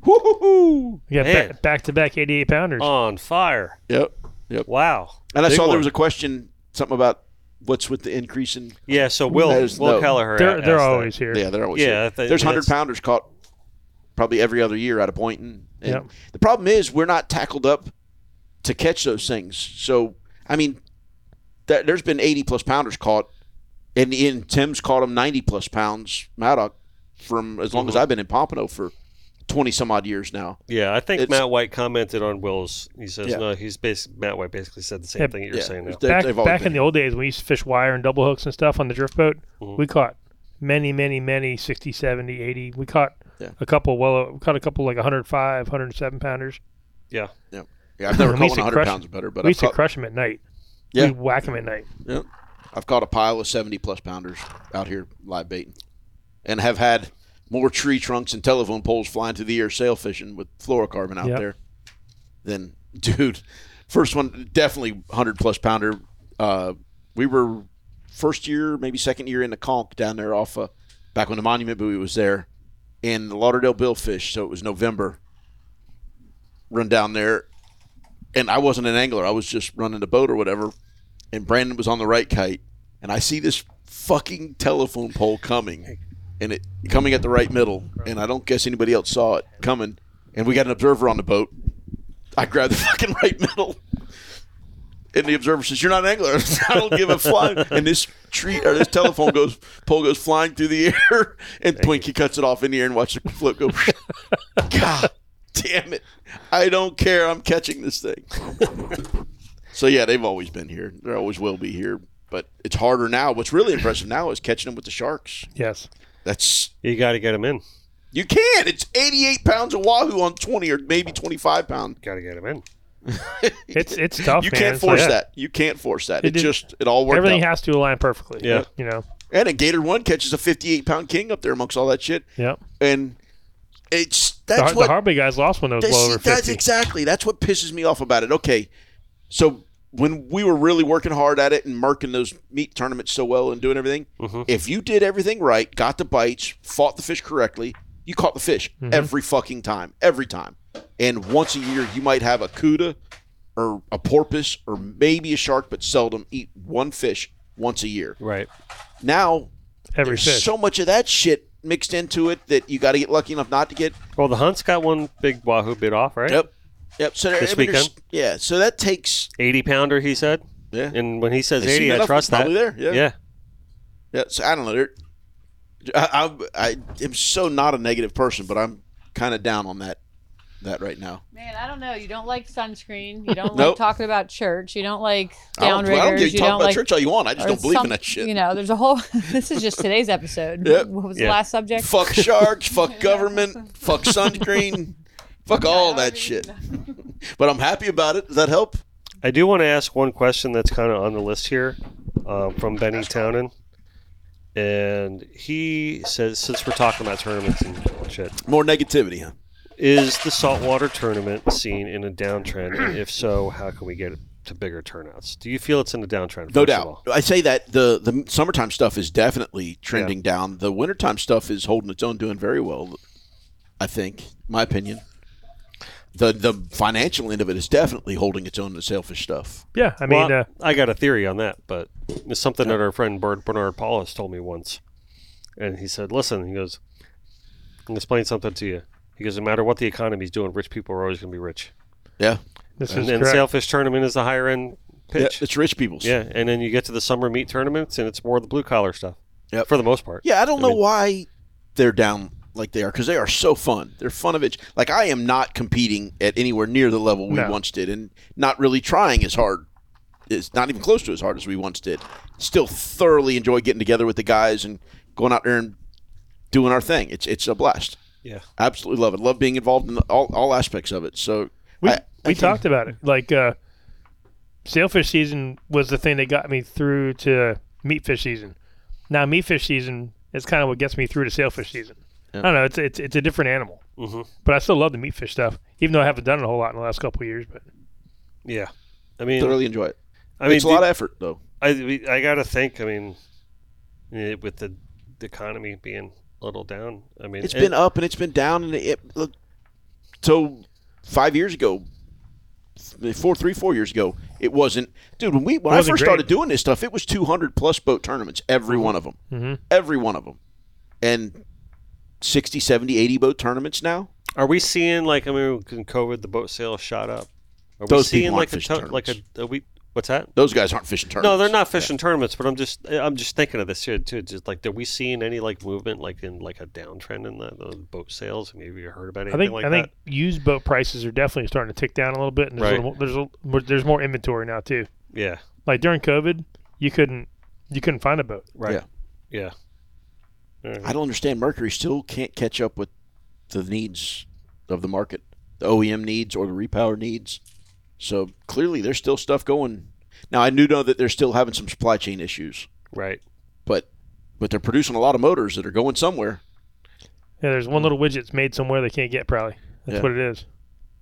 Woo-hoo-hoo. We Man. Oh, got back to back 88 pounders. on fire. Yep. Yep. Wow. And I Big saw one. there was a question something about what's with the increase in? Yeah, so Will There's Will no- Kelleher. They're asked they're that. always here. Yeah, they're always Yeah, here. I think there's hundred that's- pounders caught probably every other year out of Boynton. And Yep. The problem is we're not tackled up to catch those things. So I mean, th- there's been eighty plus pounders caught, and in Tim's caught them ninety plus pounds. Maddock from as long Mm-hmm. as I've been in Pompano for twenty some odd years now. Yeah, I think It's- Matt White commented on Will's. He says Yeah. no. He's basically Matt White basically said the same Yeah, thing that you're yeah, saying. Now. they- back they've always back in been- the old days when we used to fish wire and double hooks and stuff on the drift boat, Mm-hmm. we caught many, many, many 60, 70, 80. We caught Yeah. a couple, well, we caught a couple like 105, 107 pounders. yeah, Yeah, yeah I've never We caught used one to hundred crush- pounds better, but we I've used to caught, crush them at night. Yeah. we whack them at night. yeah, I've caught a pile of seventy plus pounders out here live baiting, and have had more tree trunks and telephone poles flying through the air sail fishing with fluorocarbon out Yep. there than dude. First one definitely hundred plus pounder. Uh, we were first year, maybe second year in the conch down there off uh, back when the monument buoy was there, and the Lauderdale billfish. So it was November. Run down there, and I wasn't an angler. I was just running the boat or whatever. And Brandon was on the right kite, and I see this fucking telephone pole coming, and it coming at the right middle. And I don't guess anybody else saw it coming. And we got an observer on the boat. I grabbed the fucking right middle. And the observer says, "You're not an angler. I don't give a flying." And this tree or this telephone goes pole goes flying through the air, and Twinkie cuts it off in the air and watch the float go. God damn it! I don't care. I'm catching this thing. so yeah, they've always been here. They always will be here. But it's harder now. What's really impressive now is catching them with the sharks. Yes. That's you got to get him in. you can. It's 88 pounds of wahoo on 20 or maybe 25 pound. Got to get him in. It's it's tough. You man. can't It's like, force yeah, that. You can't force that. It It, did- just it all worked Everything out. has to align perfectly. Yeah. You know. and a Gator One catches a 58 pound king up there amongst all that shit. Yeah. And it's The, that's Har- the what Harvey guys lost one of those That's- well over that's 50. exactly that's what pisses me off about it. Okay, so when we were really working hard at it and marking those meat tournaments so well and doing everything, Mm-hmm. if you did everything right, got the bites, fought the fish correctly, you caught the fish Mm-hmm. every fucking time, every time. And once a year, you might have a cuda or a porpoise or maybe a shark, but seldom eat one fish once a year. Right. Now Every there's fish. so much of that shit mixed into it that you got to get lucky enough not to get Well, the Hunt's got one big wahoo bit off, right? Yep. Yep. So there- This I mean, there's- weekend? Yeah. So that takes. Eighty pounder, he said. Yeah. And when he says They see eighty, I enough, trust that. probably there, yeah. Yeah. Yeah. So I don't know. There, I, I I am so not a negative person, but I'm kind of down on that that right now. Man, I don't know. You don't like sunscreen. You don't Nope. like talking about church. You don't like I don't, downriggers. I don't you give you talk don't about like. church all you want. I just or don't believe some- in that shit. You know, there's a whole. this is just today's episode. Yep. What was Yeah. the last subject? fuck sharks. fuck government. fuck sunscreen. fuck all that shit. but I'm happy about it. Does that help? I do want to ask one question that's kind of on the list here um, from Benny Townend. And he says, since we're talking about tournaments and shit, More negativity, huh? is the saltwater tournament scene in a downtrend? And if so, how can we get it to bigger turnouts? Do you feel it's in a downtrend? first No of doubt. all? I say that the the summertime stuff is definitely trending down. The wintertime stuff is holding its own, doing very well. I think, my opinion. The the financial end of it is definitely holding its own to sailfish stuff. yeah. I mean, Well, uh, I got a theory on that, but it's something that our friend Bernard, Bernard Paulus told me once. And he said, listen, he goes, I'll explain something to you. He goes, no matter what the economy's doing, rich people are always going to be rich. Yeah, this And is then correct. Sailfish Tournament is the higher end pitch. it's rich people's. Yeah, and then you get to the summer meat tournaments, and it's more the blue collar stuff. Yep. for the most part. yeah. I don't know mean- why they're down like they are because they are so fun. They're fun of it. Like I am not competing at anywhere near the level we No. once did, and not really trying as hard. It's not even close to as hard as we once did. Still thoroughly enjoy getting together with the guys and going out there and doing our thing. It's it's a blast. Yeah. Absolutely love it. Love being involved in all, all aspects of it. So we I- we talked about it. Like uh, sailfish season was the thing that got me through to meatfish season. Now meatfish season is kind of what gets me through to sailfish season. I don't know. It's it's it's a different animal. Mm-hmm. But I still love the meatfish stuff, even though I haven't done it a whole lot in the last couple of years. But Yeah, I mean, thoroughly enjoy it. I mean, it's a lot of effort though. I we- I gotta think. I mean, eh, with the, the economy being a little down, I mean, eh, It's and- been up and it's been down and it look so five years ago th- four, three, four years ago, it wasn't. Dude, when we when I first wasn't great. started doing this stuff, it was 200 plus boat tournaments, every Mm-hmm. one of them, every one of them, and 60, 70, 80 boat tournaments now. Are we seeing like I mean, in COVID, the boat sales shot up. Are we Those people seeing aren't like a fishing to- like a, tournaments. a we what's that? Those guys aren't fishing tournaments. No, they're not fishing tournaments, but I'm just eh, I'm just thinking of this here too. Just like, are we seeing any like movement like in like a downtrend in the, the boat sales? Maybe you heard about I anything think like I think that? used boat prices are definitely starting to tick down a little bit, and there's Right. a little, there's a, more- there's more inventory now too. Yeah, Like during COVID, you couldn't you couldn't find a boat. right. Yeah, I don't understand. Mercury still can't catch up with the needs of the market, the OEM needs or the repower needs. So clearly, there's still stuff going. Now I do know that they're still having some supply chain issues, right. but but they're producing a lot of motors that are going somewhere. Yeah, there's one little widget that's made somewhere they can't get probably. That's Yeah. what it is.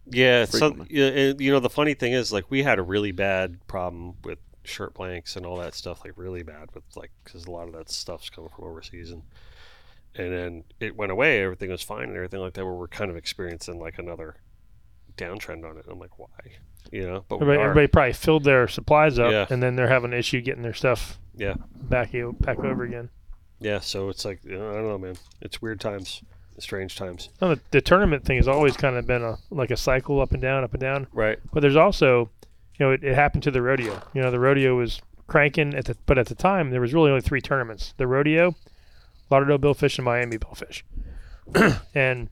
Yeah, so frequently. yeah, and, you know the funny thing is like we had a really bad problem with shirt blanks and all that stuff, like really bad with like because a lot of that stuff's coming from overseas and and then it went away, everything was fine and everything like that. Where we're kind of experiencing like another downtrend on it. I'm like, why? You know, but Everybody, we are. everybody probably filled their supplies up, Yeah. and then they're having an issue getting their stuff Yeah. back o- back over again. yeah. So it's like you know, I don't know, man. It's weird times, strange times. No, the, the tournament thing has always kind of been a like a cycle up and down, up and down. Right. But there's also, you know, it, it happened to the rodeo. You know, the rodeo was cranking at the, but at the time there was really only three tournaments: the rodeo, Lauderdale Billfish, and Miami Billfish. and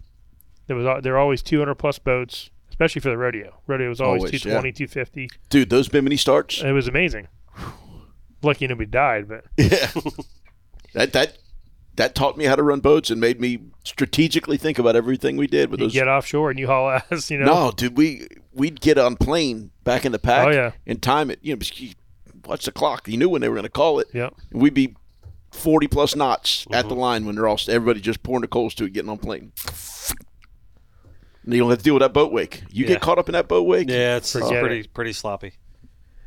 there was al- there were always 200 plus boats, especially for the rodeo. Rodeo was always, Always, 220, 250. Dude, those Bimini starts It was amazing. Lucky nobody died, but that that that taught me how to run boats and made me strategically think about everything we did with you those. get offshore and you haul ass. You know, No, dude, we we'd get on plane back in the pack Oh, yeah. and time it. You know, because you watch the clock. You knew when they were going to call it. Yep. And we'd be forty plus knots at Mm-hmm. the line when they're all everybody just pouring the coals to it, getting on plane. And you don't have to deal with that boat wake. You Yeah. get caught up in that boat wake. Yeah, it's, it's Forget pretty pretty sloppy.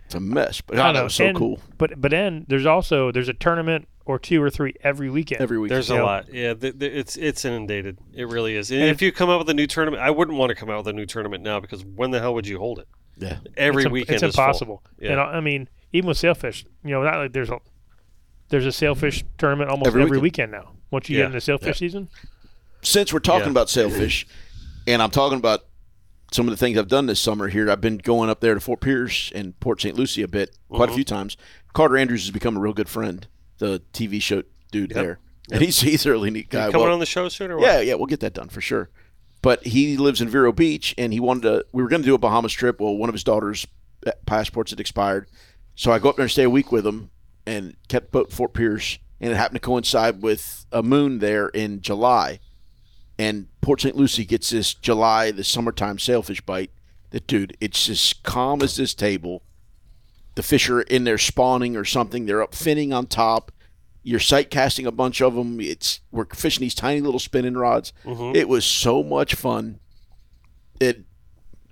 It's a mess. But I God, know, that was so and- cool But but then there's also there's a tournament or two or three every weekend. every week. There's a Yeah. lot. Yeah, th- th- it's it's inundated. It really is. And, And if you come out with a new tournament, I wouldn't want to come out with a new tournament now because when the hell would you hold it? Yeah. Every it's, im- weekend it's is full. impossible. Yeah. And I I mean, even with sailfish, you know, not like there's a there's a sailfish tournament almost every, Every weekend. now. Once you Yeah. get into sailfish season, Since we're talking Yeah. about sailfish, and I'm talking about some of the things I've done this summer here, I've been going up there to Fort Pierce and Port St. Lucie a bit, quite Mm-hmm. a few times. Carter Andrews has become a real good friend, the TV show dude there, and he's he's a really neat guy. Coming Well, on the show soon or what? Yeah, yeah, we'll get that done for sure. But he lives in Vero Beach, and he wanted to. We were going to do a Bahamas trip. Well, one of his daughter's passports had expired, so I go up there and stay a week with him, and kept boat Fort Pierce, and it happened to coincide with a moon there in July, and Port St. Lucie gets this July, the summertime sailfish bite. That dude, it's as calm as this table. The fish are in there spawning or something. They're up finning on top you're sight casting a bunch of them. It's we're fishing these tiny little spinning rods. Mm-hmm. It was so much fun. It.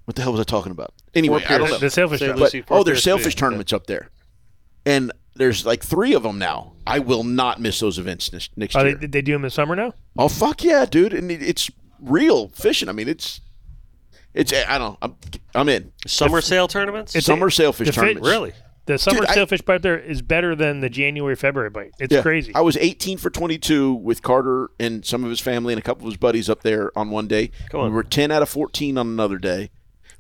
What the hell was I talking about? Anyway, I don't know. the sailfish Sail- tournament. But, Lucy, oh, Fort there's Pierce, sailfish yeah. tournaments up there, and there's like three of them now. I will not miss those events next, next Are year. Oh, they, they do them in summer now? oh fuck yeah, dude! And it, it's real fishing. I mean, it's it's I don't. I'm I'm in Summer sale tournaments? summer sailfish the fit- tournaments. really? The summer I- sailfish bite there is better than the January February bite. It's Yeah. crazy. I was 18 for 22 with Carter and some of his family and a couple of his buddies up there on one day. Come on. We were 10 out of 14 on another day.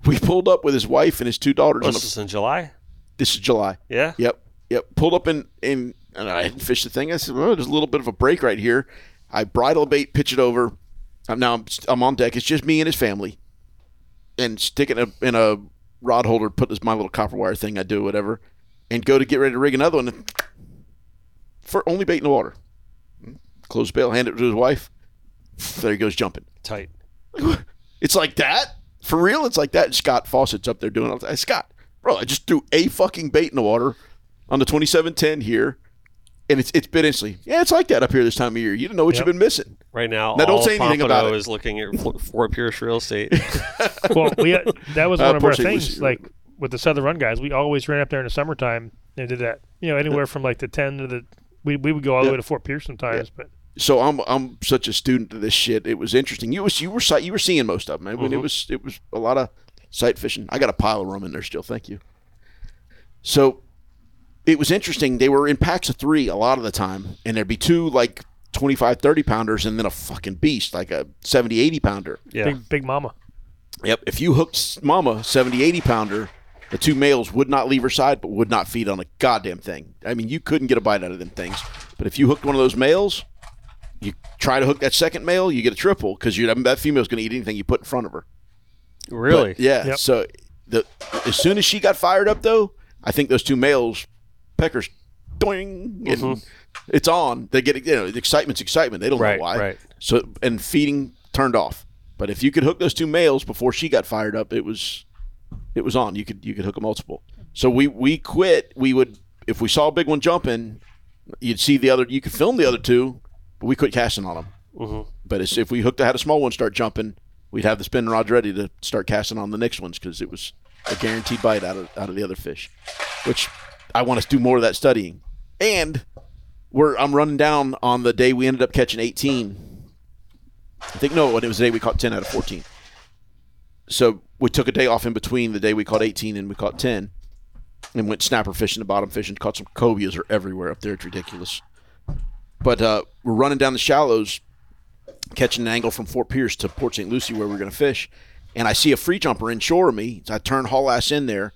We pulled up with his wife and his two daughters. On What's a, this in July? this is July. Yeah. Yep. Yep. Pulled up in, in and I hadn't fished the thing. I said, well, there's a little bit of a break right here. I bridle bait, pitch it over. I'm now I'm, I'm on deck. It's just me and his family. And stick it in a, in a rod holder, put this my little copper wire thing I do, whatever, and go to get ready to rig another one. For only bait in the water. Close the bail, hand it to his wife. There he goes jumping. Tight. It's like that? For real? It's like that. And Scott Fawcett's up there doing all that. Scott, bro, I just threw a fucking bait in the water on the 2710 here, and it's it's been instantly. Yeah, it's like that up here this time of year. You don't know what Yep. you've been missing. Right now, Now, all don't say anything Pompano about it. is looking at Fort- Fort Pierce real estate. well, we that was Uh, one of our Port St. things. Lucie. Like with the Southern Run guys, we always ran up there in the summertime and did that. You know, anywhere from like the ten to the we, we would go all the way to Fort Pierce sometimes. But So I'm I'm such a student to this shit. It was interesting. You was you were si- you were seeing most of them. I mean, it was it was a lot of sight fishing. I got a pile of rum in there still. Thank you. So it was interesting. They were in packs of three a lot of the time, and there'd be two like 25, 30 pounders, and then a fucking beast, like a 70, 80 pounder. Yeah. Big, big mama. Yep. If you hooked Mama, 70, 80 pounder, the two males would not leave her side, but would not feed on a goddamn thing. I mean, you couldn't get a bite out of them things. But if you hooked one of those males, you try to hook that second male, you get a triple because that female's going to eat anything you put in front of her. Really? Yeah. Yep. So the as soon as she got fired up, though, I think those two males, peckers, doing, and it's on. They get you know the excitement's excitement. They don't Right, know why. right. So and feeding turned off. But if you could hook those two males before she got fired up, it was it was on. You could you could hook a multiple. So we we quit. We would if we saw a big one jumping, you'd see the other. You could film the other two, but we quit casting on them. Mm-hmm. But it's, if we hooked, had a small one start jumping, we'd have the spinning rod ready to start casting on the next ones because it was a guaranteed bite out of out of the other fish, which I want us to do more of that studying. And we're I'm running down on the day we ended up catching 18. I think no, it was the day we caught 10 out of 14. So we took a day off in between the day we caught 18 and we caught 10, and went snapper fishing, the bottom fishing, caught some cobias are everywhere up there. It's ridiculous. But uh, we're running down the shallows catching an angle from Fort Pierce to Port St. Lucie where we are going to fish. And I see a free jumper inshore of me. So I turn haul ass in there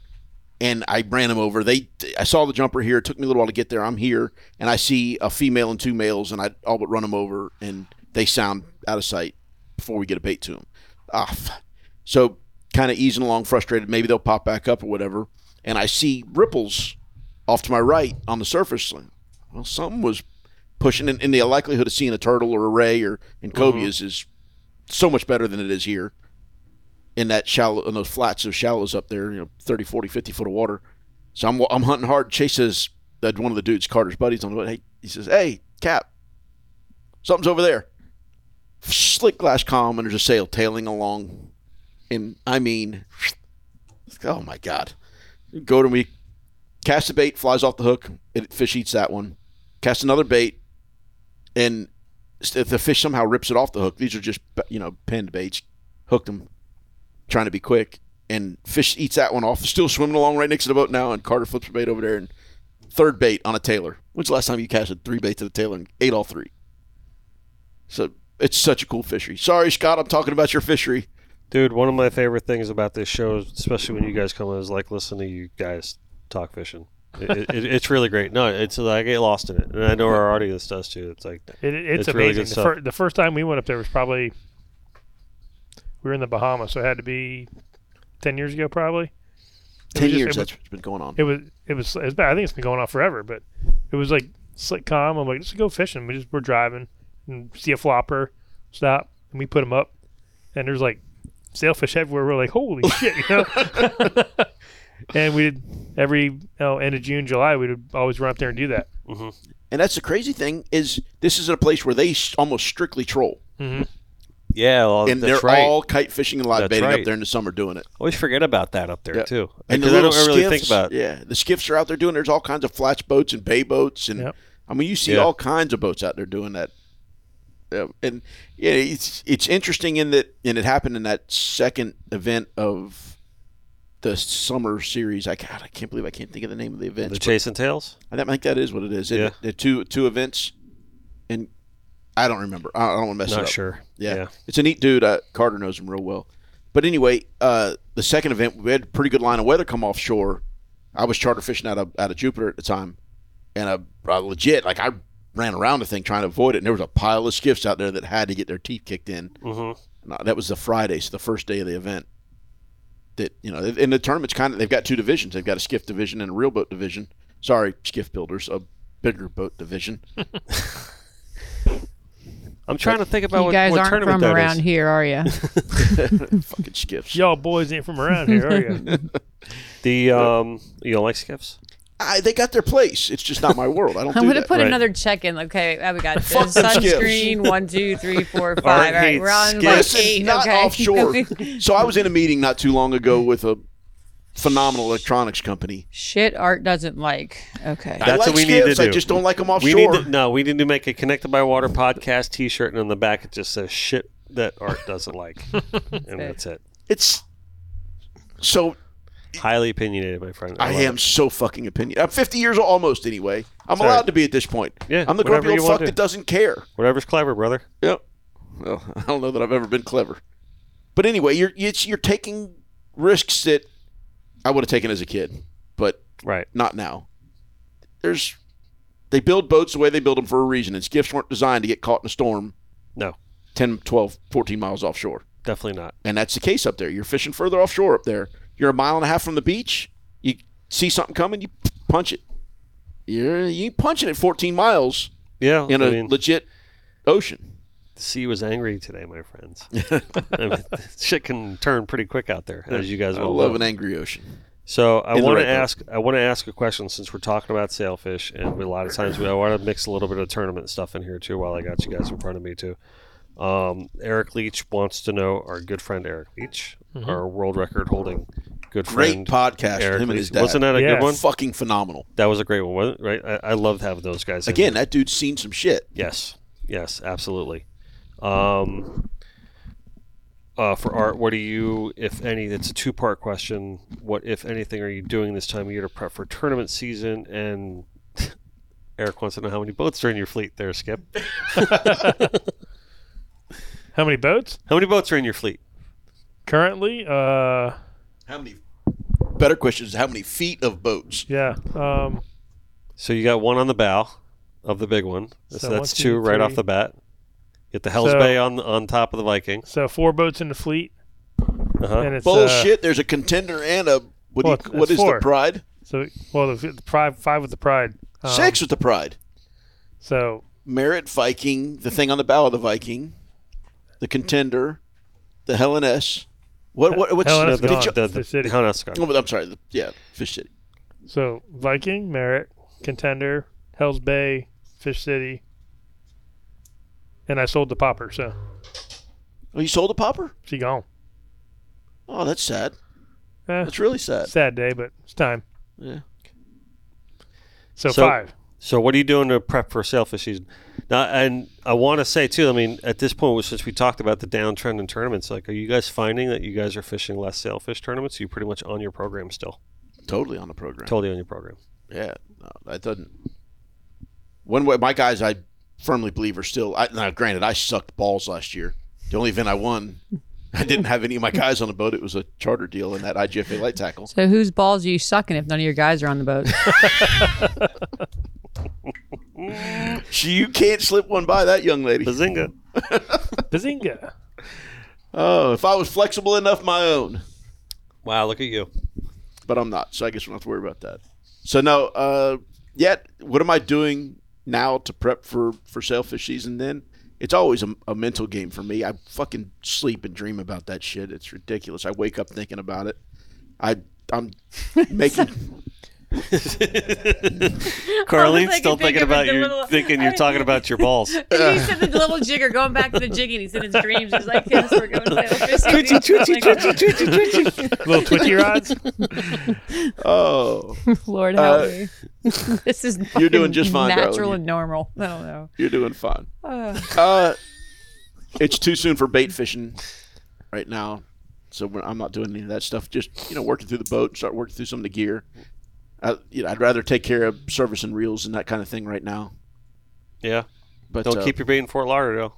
and I ran him over. They, I saw the jumper here. It took me a little while to get there. I'm here and I see a female and two males and I all but run them over and they sound out of sight before we get a bait to them. Ah, f- so kind of easing along, frustrated. Maybe they'll pop back up or whatever. And I see ripples off to my right on the surface. Like, Well, something was pushing, and, and the likelihood of seeing a turtle or a ray or in cobias is so much better than it is here in that shallow in those flats of shallows up there you know 30 40 50 foot of water so i'm, I'm hunting hard chase says that one of the dudes carter's buddies on the way hey he says hey cap something's over there slick glass calm and there's a sail tailing along and i mean oh my god go to me cast a bait flies off the hook it, fish eats that one cast another bait and if the fish somehow rips it off the hook these are just you know pinned baits hooked them trying to be quick. And fish eats that one off. Still swimming along right next to the boat now. And Carter flips a bait over there and third bait on a tailor. When's the last time you casted three baits at a tailor and ate all three? So it's such a cool fishery. Sorry, Scott, I'm talking about your fishery. Dude, one of my favorite things about this show, especially when you guys come, is like listen to you guys talk fishing. It, it, it- it's really great. No, it's like I get lost in it, and I know our audience does too. It's like It, it- it's, It's really amazing. good the, stuff. fir- the first time we went up there was probably we were in the Bahamas, so it had to be ten years ago, probably. It Ten was just- years it was- that's what's been going on. it was it was it's bad. I think it's been going on forever, but it was like slick calm. I'm like, let's go fishing. We just we're driving and see a flopper, stop, and we put them up, and there's like sailfish everywhere. We're like, holy shit, you know. and we'd every you know, end of June, July, we'd always run up there and do that. And that's the crazy thing is this is a place where they s- almost strictly troll. yeah, well, And Oh, that's they're right. all kite fishing and live That's baiting right. up there in the summer doing it. I always forget about that up there too, And the because I little don't really think skiffs, about. Yeah, the skiffs are out there doing. There's all kinds of flats boats and bay boats, and Yep. I mean, you see Yeah. all kinds of boats out there doing that. Yeah, and yeah, it's it's interesting in that, and it happened in that second event of the summer series. I God, I can't believe I can't think of the name of the event. The chasing tails. I think that is what it is. isn't Yeah. it? The two two events, and I don't remember. I I don't want to mess it Not up. sure. Yeah. Yeah. It's a neat dude. Uh, Carter knows him real well. But anyway, uh, the second event, we had a pretty good line of weather come offshore. I was charter fishing out of out of Jupiter at the time, and uh, I, I legit like I ran around the thing trying to avoid it, and there was a pile of skiffs out there that had to get their teeth kicked in. Mm-hmm. And, uh, that was the Friday, so the first day of the event. That you know, in the tournament's kind of they've got two divisions. They've got a skiff division and a real boat division. Sorry, skiff builders, a bigger boat division. I'm trying to think about You what, guys what aren't tournament from that around is. here, are you? Fucking skiffs. Y'all boys ain't from around here, are you? The um, you don't like skiffs? I, they got their place. It's just not my world. I don't. I'm do gonna that. put Right. another check in. Okay, uh, we got Fuck this. them skips. sunscreen. One, two, three, four, five. Art All right, hates we're on skips. like This is eight. not okay. offshore. so I was in a meeting not too long ago with a phenomenal electronics company. Shit, Art doesn't like. Okay. That's I like what we need to skiffs, I do. just don't like them We offshore. need to, no, we need to make a connected by water podcast T-shirt, and on the back it just says shit that Art doesn't like, and that's it. it's So Highly opinionated, my friend. I love am it. so fucking opinion. I'm 50 years old almost anyway. I'm allowed to be at this point. Yeah, I'm the grumpy whatever you old wanna fuck do. that doesn't care. Whatever's clever, brother. Yep. Well, I don't know that I've ever been clever. But anyway, you're it's, you're taking risks that I would have taken as a kid, but Right. not now. There's they build boats the way they build them for a reason. And skiffs weren't designed to get caught in a storm No, 10, 12, 14 miles offshore. definitely not. And that's the case up there. You're fishing further offshore up there. You're a mile and a half from the beach. You see something coming, you punch it. You're you ain't punching it 14 miles Yeah. in I a mean, legit ocean. the sea was angry today, my friends. I mean, shit can turn pretty quick out there, as you guys I will love know. an angry ocean. So I In the want right to ask. I want to ask a question since we're talking about sailfish, and we, a lot of times we I want to mix a little bit of tournament stuff in here too. While I got you guys in front of me too, um, Eric Leach wants to know our good friend Eric Leach, our world record holding good Great friend. podcast. Eric him and his Leach. dad. Wasn't that a Yes. good one? Fucking phenomenal. That was a great one, wasn't it? right? I, I love having those guys in Again, here. that dude's seen some shit. Yes, yes, absolutely. Um, uh, for art, what do you, if any? It's a two-part question. What, if anything, are you doing this time of year to prep for tournament season? And Eric wants to know how many boats are in your fleet. There, Skip. How many boats How many boats are in your fleet? currently? Uh, How many? Better question is how many feet of boats? yeah. Um, So you got one on the bow of the big one. So, So one, that's two, two right off three. the bat. Get the Hell's So- Bay on on top of the Viking. so four boats in the fleet, Uh-huh. and it's uh, Bullshit. there's a contender and a what? Well, do it's- you, what it's is four. the pride? so well the, the pride five with the pride. Um, Six with the pride. So Merritt Viking, the thing on the bow of the Viking, the contender, the Hellenes. What? What? What's? Hellenes did gone. you- the, The city. no, no, it's gone. oh, but I'm sorry. The, yeah, Fish City. so Viking, Merritt, Contender, Hell's Bay, Fish City, and I sold the popper, so Oh, you sold a popper? she gone. Oh, that's sad. Eh, That's really sad. sad day, but it's time. Yeah. So, So- five. So what are you doing to prep for sailfish season? Now, and I want to say too. I mean, at this point, since we talked about the downtrend in tournaments, like, are you guys finding that you guys are fishing less sailfish tournaments? Are you pretty much on your program still, Totally on the program. totally on your program. Yeah, no, that doesn't. One way, my guys, I firmly believe are still. I, now, granted, I sucked balls last year. The only event I won, I didn't have any of my guys on the boat. It was a charter deal in that IGFA light tackle. So whose balls are you sucking if none of your guys are on the boat? She, you can't slip one by that young lady. Bazinga! Bazinga. Oh, if I was flexible enough, my own. Wow, look at you. but I'm not. So I guess we don't have to worry about that. So no, uh, yet what am I doing now to prep for for sailfish season? Then it's always a, a mental game for me. I fucking sleep and dream about that shit. It's ridiculous. I wake up thinking about it. I I'm making Carlene's I still can thinking think of it, about the your little- thinking you're talking about your balls. he said the little jigger going back to the jig and he's in his dreams. He's like, yes, we're going to twitchy, twitchy, twitchy, twitchy, twitchy. Little twitchy rods. oh Lord help me. This is you're doing fucking just fine, darling. natural and normal. I don't know. you're doing fine. Uh, it's too soon for bait fishing right now, so we're- I'm not doing any of that stuff. Just you know, working through the boat, start working through some of the gear. I, you know, I'd rather take care of service and reels and that kind of thing right now. Yeah, But don't uh, keep your bait in Fort Lauderdale.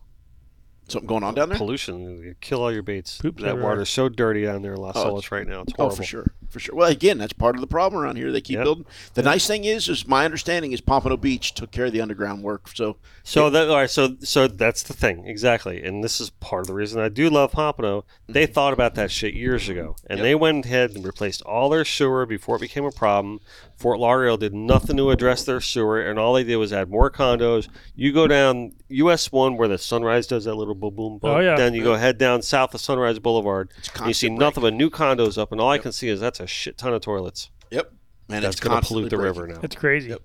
something going on down there. Pollution, you kill all your baits. Poops that everywhere. water's so dirty down there in Las Oh, Olas right now. It's Oh, horrible. for sure, for sure. Well, again, that's part of the problem around here. They keep Yep. building. The nice thing is, is my understanding is Pompano Beach took care of the underground work. So So that all right, so so that's the thing exactly, and this is part of the reason I do love Pompano. They thought about that shit years ago, and they went ahead and replaced all their sewer before it became a problem. Fort Lauderdale did nothing to address their sewer, and all they did was add more condos. You go down US one where the Sunrise does that little boom boom boom. Oh, yeah. Then you go head down south of Sunrise Boulevard, and you see nothing but new condos up, and all I can see is that's a shit ton of toilets. yep, man, That's it's going to constantly pollute the breaking. river now. That's crazy.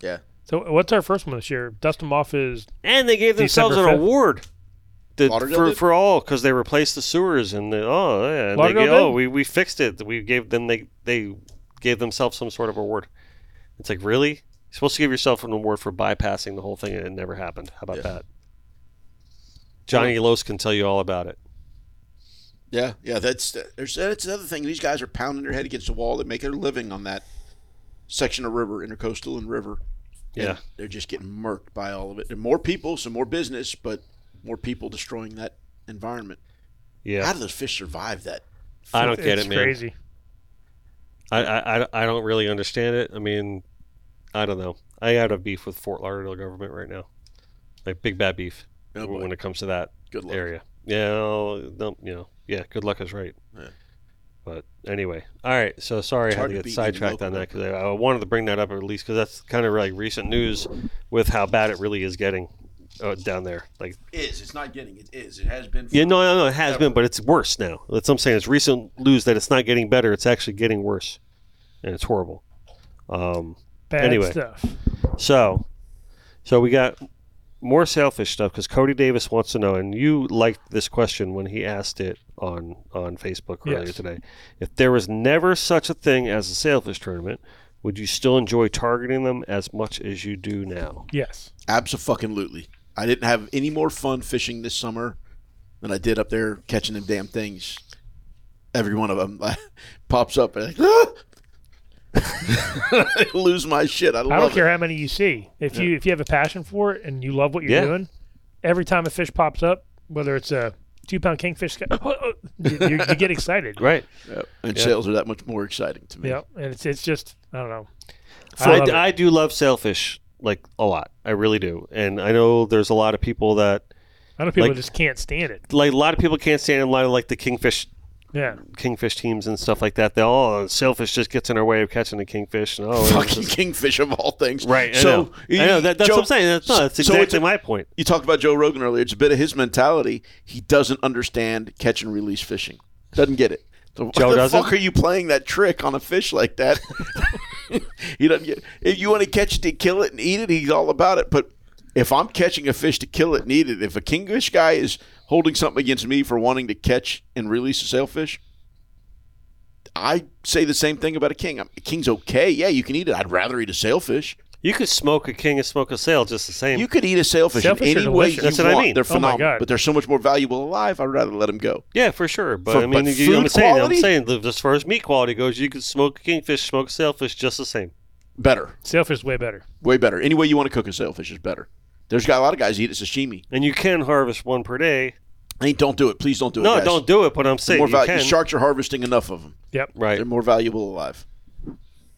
Yeah. So what's our first one this year? Dust them off is and they gave themselves December an 5th? award The- Lauderdale for, did? for all because they replaced the sewers and the, oh yeah, and they Lauderdale go, oh did? we, we fixed it we gave them they they gave themselves some sort of award it's like really you're supposed to give yourself an award for bypassing the whole thing and it never happened how about that Johnny Los can tell you all about it Yeah, yeah. That's there's that's another thing. These guys are pounding their head against the wall. They make their living on that section of river, intercoastal and river. and Yeah. they're just getting murked by all of it. And more people, so more business, but more people destroying that environment. How Yeah, do those fish survive that? I don't it's get it, man. Crazy. I, I, I- I don't really understand it. I mean, I don't know. I got a beef with Fort Lauderdale government right now, like big bad beef Oh, boy. when it comes to that Good luck. area. Yeah, no, no, you know, yeah. Good luck is right. Yeah. But anyway, all right. So sorry, It's I had hard to to get beat sidetracked local on that because I, I wanted to bring that up at least because that's kind of like recent news with how bad it really is getting uh, down there. Like Is it's not getting it is it has been. yeah, no, no, no, it has been, but it's worse now. That's what I'm saying. It's recent news that it's not getting better; it's actually getting worse, and it's horrible. Um, Bad Anyway. stuff. so, so we got more sailfish stuff because Cody Davis wants to know, and you liked this question when he asked it on on Facebook earlier Yes. today. If there was never such a thing as a sailfish tournament, would you still enjoy targeting them as much as you do now? Yes. Absolutely. I didn't have any more fun fishing this summer than I did up there catching them damn things. Every one of them pops up and I, I lose my shit. I love I don't it. care how many you see. If you if you have a passion for it and you love what you're Yeah. doing, every time a fish pops up, whether it's a two pound kingfish, you, you, you get excited. Right. Yep. And sales are that much more exciting to me. Yeah, and it's it's just I don't know. I I, love it. I do love sailfish like a lot. I really do, and I know there's a lot of people that I know people Like- just can't stand it. like a lot of people can't stand in line of, like the kingfish Yeah, kingfish teams and stuff like that. They all oh, sailfish just gets in our way of catching the kingfish. And, oh, it's Fucking just- kingfish of all things. right. I So know, I know that, that's Joe- what I'm saying. That's, no, that's so exactly it's a- my point. You talked about Joe Rogan earlier. It's a bit of his mentality. He doesn't understand catch and release fishing. Doesn't get it. So Joe why the doesn't? fuck are you playing that trick on a fish like that? he doesn't get. If you want to catch it to kill it and eat it, he's all about it. But if I'm catching a fish to kill it and eat it, if a kingfish guy is holding something against me for wanting to catch and release a sailfish, I say the same thing about a king. I'm- A king's okay. Yeah, you can eat it. I'd rather eat a sailfish. You could smoke a king and smoke a sail just the same. You could eat a sailfish, Sailfish in are any way you delicious. That's what I want. mean. They're Oh my phenomenal, God. but they're so much more valuable alive. I'd rather let them go. yeah, for sure. But For- I mean, but you, know what I'm food saying? I'm quality? saying the- as far as meat quality goes, you could smoke a kingfish, smoke a sailfish just the same. Better, sailfish is way better. way better. Any way you want to cook a sailfish is better. There's got a lot of guys eat it sashimi. And you can harvest one per day. Hey, don't do it. Please don't do it. No, guys. don't do it. But I'm They're saying More you valu- can. Sharks are harvesting enough of them. Yep. right. They're more valuable alive.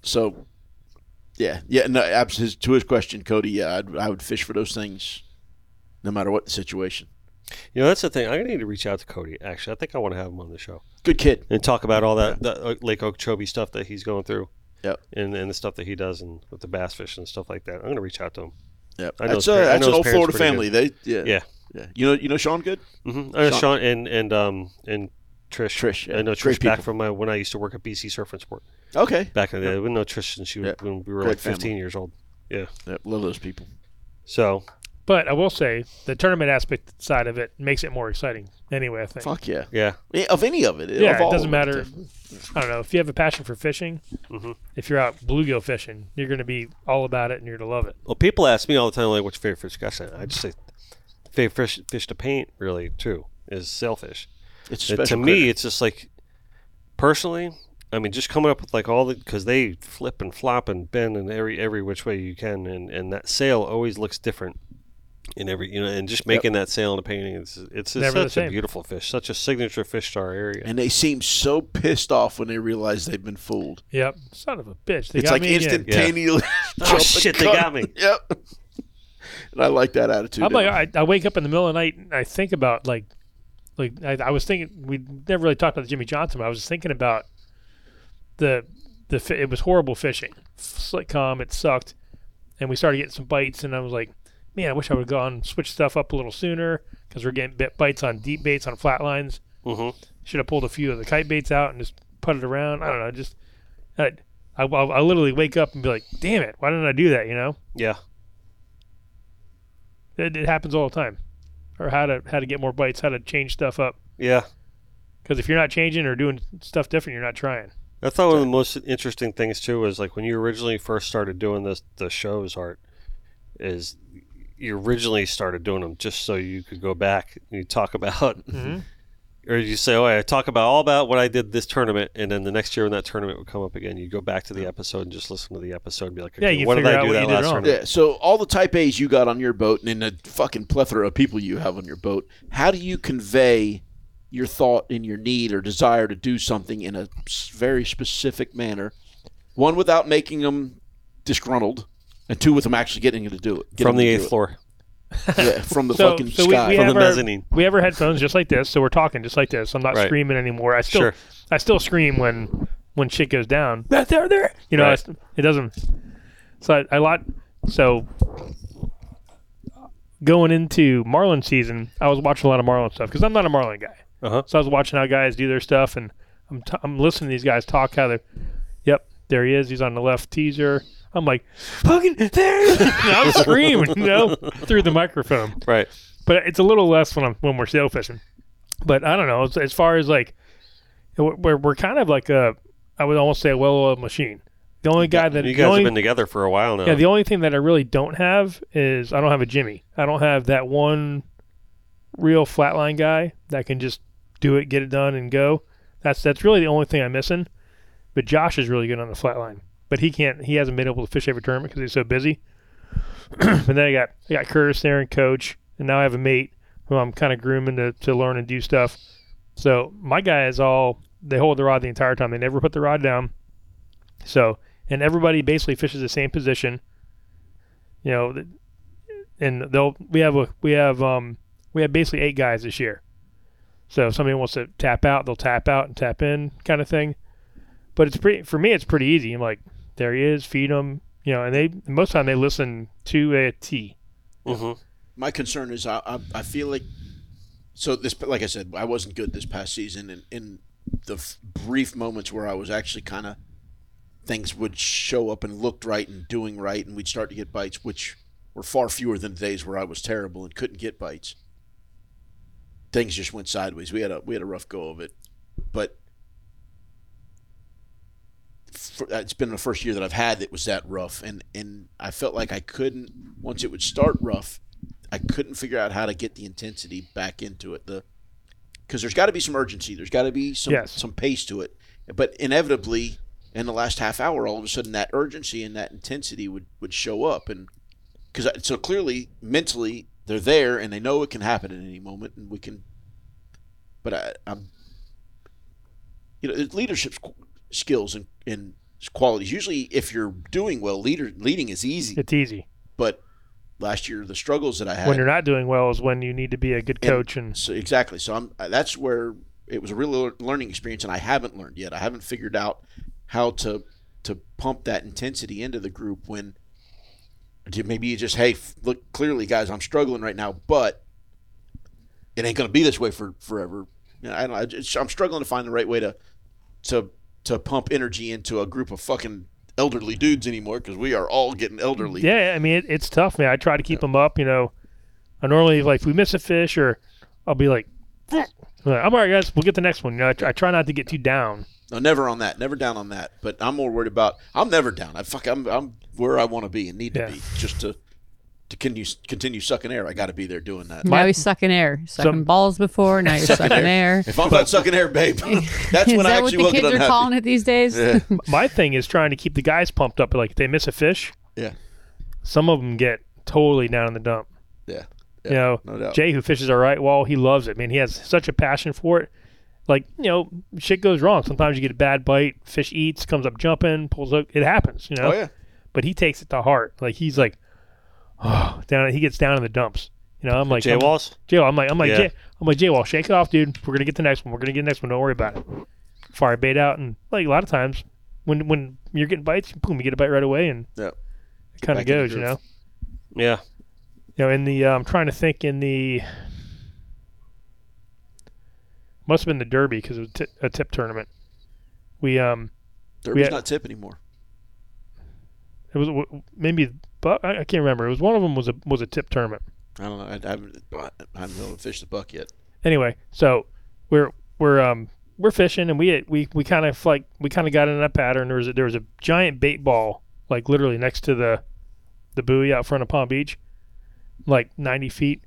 So, yeah, yeah. No, abs- his, to his question, Cody, yeah, I'd, I would fish for those things, no matter what the situation. You know, that's the thing. I'm gonna need to reach out to Cody. Actually, I think I want to have him on the show Good kid. and talk about all that, that uh, Lake Okeechobee stuff that he's going through. Yep. And and the stuff that he does and with the bass fish and stuff like that. I'm gonna reach out to him. Yep. I know his That's, uh, par- I know that's an his old parents Florida pretty family. good. They, yeah, Yeah. yeah. You know, you know Sean Good. Mm-hmm. I know Sean. Sean and and um and Trish. Trish, yeah. I know Trish Great back people. from my, when I used to work at BC Surf and Sport Okay. back in the day. We know Trish since she was, Yeah. when we were Great like 15 family. years old. Yep, love those people. So But I will say the tournament aspect side of it makes it more exciting. Anyway, I think. Fuck yeah. yeah, Eh, Yeah, Of any of it. yeah, of all it of doesn't matter. definitely. I don't know if you have a passion for fishing. Mm-hmm. Mhm. If you're out bluegill fishing, you're going to be all about it and you're going to love it. well, people ask me all the time like, "What's your favorite fish?" I say- I just say favorite fish, fish to paint really too is sailfish. It's And special. to me, it's just like personally. I mean, just coming up with like all the because they flip and flop and bend in every every which way you can, and and that sail always looks different in every you know, and just making that sail in a painting, it's it's just Never the such a same. beautiful fish, such a signature fish to our area. and they seem so pissed off when they realize they've been fooled. Yep. Son of a bitch. They it's got like me again. instantaneously. oh shit, they got me. Yep. and I like that attitude. I'm like, I, I wake up in the middle of the night and I think about like, like I, I was thinking we never really talked about Jimmy Johnson. But I was just thinking about the the fi- it was horrible fishing. Sitcom, it sucked, and we started getting some bites, and I was like, man, I wish I would have gone switch stuff up a little sooner because we're getting bit bites on deep baits on flat lines. hmm Should have pulled a few of the kite baits out and just put it around. I don't know, just I, I, I literally wake up and be like, damn it, why didn't I do that? You know. Yeah, It, it happens all the time. Or how to how to get more bites, how to change stuff up. yeah. Because if you're not changing or doing stuff different, you're not trying. I thought one of the most interesting things too was like when you originally first started doing this, the shows art is Mm-hmm. you originally started doing them just so you could go back and you talk about or you say, "Oh, I talk about all about what I did this tournament," and then the next year when that tournament would come up again, you go back to the episode and just listen to the episode and be like, Yeah, okay, you what did figure I out do what that you did last wrong. tournament?" Yeah. So all the Type A's you got on your boat, and the fucking plethora of people you have on your boat, how do you convey your thought and your need or desire to do something in a s- very specific manner? One without making them disgruntled, and two with them actually getting you to do it. Get From 'em the to do eighth it. floor, yeah, from the So- fucking so we- sky. we from have the our- mezzanine. We have our headphones just like this, so we're talking just like this. I'm not Right. screaming anymore. I still, Sure. I still scream when when shit goes down. That there, there. You know, Right. it's- it doesn't. So I, I lot. So going into Marlin season, I was watching a lot of Marlin stuff because I'm not a Marlin guy. Uh-huh. So I was watching how guys do their stuff, and I'm t- I'm listening to these guys talk how they. Yep, there he is. He's on the left teaser. I'm like, fucking there! you know, I'm screaming, you know, through the microphone Right. but it's a little less when I'm when we're sail fishing. But I don't know. As, as far as like, we're- we're, we're kind of like a, I would almost say a well-oiled machine. The only guy that You the guys only, have been together for a while now. yeah, the only thing that I really don't have is I don't have a Jimmy. I don't have that one real flatline guy that can just do it, get it done, and go. That's that's really the only thing I'm missing. But Josh is really good on the flatline, but he can't. He hasn't been able to fish every tournament because he's so busy. and then I got I got Curtis there and Coach, and now I have a mate who I'm kind of grooming to, to learn and do stuff. So my guys all they hold the rod the entire time. They never put the rod down. So and everybody basically fishes the same position. You know, th- and they'll we have a we have um we have basically eight guys this year. So if somebody wants to tap out, they'll tap out and tap in kind of thing. But it's pretty for me. It's pretty easy. I'm like, there he is, feed him. You know, and they most of the time they listen to a T. Mhm. my concern is I, I I feel like so this like I said I wasn't good this past season and in the f- brief moments where I was actually kind of things would show up and looked right and doing right and we'd start to get bites which were far fewer than the days where I was terrible and couldn't get bites things just went sideways we had a we had a rough go of it but for, uh, it's been the first year that I've had that was that rough and and I felt like I couldn't once it would start rough I couldn't figure out how to get the intensity back into it. The because there's got to be some urgency. There's got to be some Yes. some pace to it. But inevitably, in the last half hour, all of a sudden that urgency and that intensity would would show up. And because so clearly mentally they're there and they know it can happen at any moment, and we can. But I, I'm, you know, leadership squ- skills and and qualities. Usually, if you're doing well, leader leading is easy. It's easy. but last year, the struggles that I had When you're not doing well is when you need to be a good And- coach and so exactly. So I'm uh, that's where it was a real lear- learning experience, and I haven't learned yet. I haven't figured out how to to pump that intensity into the group when do- maybe you just hey f- look clearly guys I'm struggling right now, but it ain't gonna be this way for forever. You know, I don't. I just, I'm struggling to find the right way to to to pump energy into a group of fucking elderly dudes anymore because we are all getting elderly. Yeah, I mean it, it's tough, man. I try to keep them up. You know, I normally like if we miss a fish or I'll be like, "I'm all right, guys. We'll get the next one. You know, I, I try not to get too down. No, never on that. Never down on that. But I'm more worried about. I'm never down. I fuck. I'm I'm where I want to be and need Yeah. to be just to to continue continue sucking air. I got to be there doing that. now he's sucking air. Sucking Some- balls before, now you're sucking air. If I'm not sucking air, babe, that's Is when I that what actually the will get kids are unhappy. calling it these days? My thing is trying to keep the guys pumped up. Like if they miss a fish, Yeah. some of them get totally down in the dump. Yeah. you know, no doubt. Jay who fishes our right wall, he loves it. Man, he has such a passion for it. Like you know, shit goes wrong. Sometimes you get a bad bite, fish eats, comes up jumping, pulls up. It happens. You know. Oh yeah. but he takes it to heart. Like he's like, oh, down. He gets down in the dumps. You know, I'm like Jay I'm- Walls. Jay Wall. I'm like, I'm like, Yeah. Jay, I'm like, Jay Wall, shake it off, dude. We're gonna get the next one. We're gonna get the next one. Don't worry about it. Fire bait out, and like a lot of times, when when you're getting bites, boom, you get a bite right away, and Yeah. it kind back in of the goes, you groove. know. Yeah. You know, in the uh, I'm trying to think in the must have been the Derby because it was ti- a tip tournament. We um Derby's had- not tip anymore. it was w- w- maybe but I I can't remember. It was one of them was a was a tip tournament. I don't know. I, I haven't I haven't been able to fish the buck yet. anyway, so we're we're um we're fishing and we we we kind of like we kind of got in that pattern. There was a, there was a giant bait ball like literally next to the the buoy out front of Palm Beach, like ninety feet,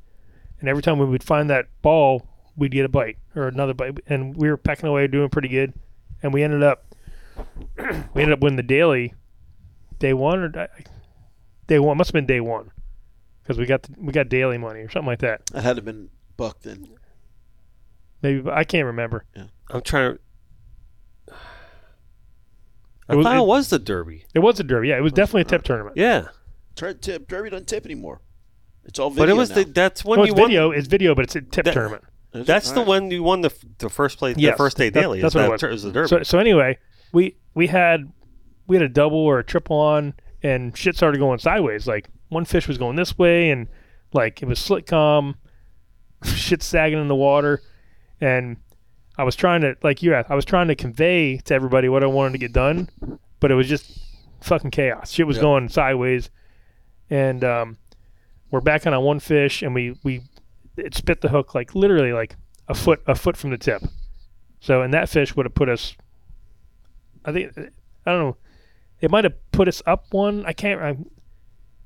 and every time we would find that ball, we'd get a bite or another bite, and we were pecking away, doing pretty good, and we ended up we ended up winning the daily day one or di- day one must have been day one because we got the, we got daily money or something like that. That had to have been Buck then. Maybe but I can't remember. I'm trying to. I It was- thought it- it was the Derby. It was a derby. Yeah, it was definitely a tip tournament. Yeah, Tur- tip, Derby doesn't tip anymore. It's all video but it was now. the that's when Well, you it's won. video. It's video, but it's a tip That- tournament. Is it? That's the All right. one you won the f- the first place Yes, the first day that- daily. that's is what it that was. tur- is the Derby. So, so anyway, we we had we had a double or a triple on, and shit started going sideways. Like one fish was going this way, and like it was slick calm, shit sagging in the water, and I was trying to like you asked, I was trying to convey to everybody what I wanted to get done, but it was just fucking chaos. Shit was going sideways, and um, we're back on a one fish, and we we it spit the hook like literally like a foot a foot from the tip. So and that fish would have put us. I think I don't know. It might have put us up one. I can't. I,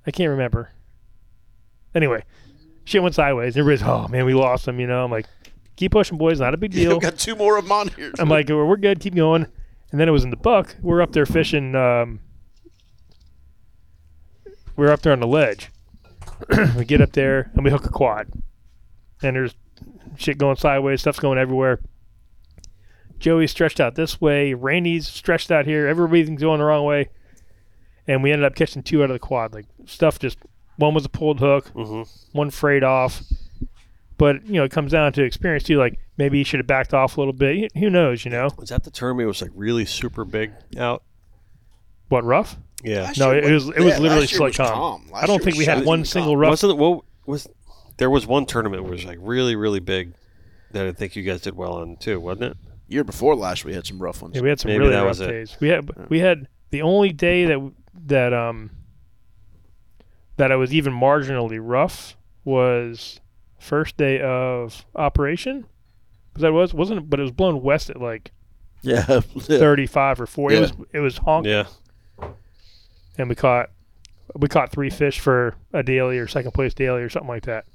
I can't remember. Anyway, shit went sideways. Everybody's, oh man, we lost them. You know, I'm like, keep pushing, boys. Not a big deal. I've got two more of them on here. I'm like, we're we're good, keep going. And then it was in the buck. We're up there fishing. Um, we're up there on the ledge. we get up there and we hook a quad. And there's shit going sideways, stuff's going everywhere. Joey's stretched out this way. Randy's stretched out here. Everything's going the wrong way. And we ended up catching two out of the quad. Like stuff just one was a pulled hook, Mm-hmm. one frayed off. But you know, it comes down to experience too. Like maybe you should have backed off a little bit. Who knows? You know was that the Derby? It was like really super big out. what? Rough? Yeah, No, year it was it was yeah, literally last year slick was calm. calm. Last I year don't think was we had shockingly one calm. single rough. wasn't it? What was there was one tournament where it was like really really big that I think you guys did well on too, wasn't it? Year before last, we had some rough ones. Yeah, we had some Maybe really that rough was it. days. We had we had the only day that that um that I was even marginally rough was first day of operation. Because that was wasn't it- but it was blown west at like Yeah, yeah. thirty five or forty. It Yeah. was it was honking, Yeah, and we caught we caught three fish for a daily or second place daily or something like that.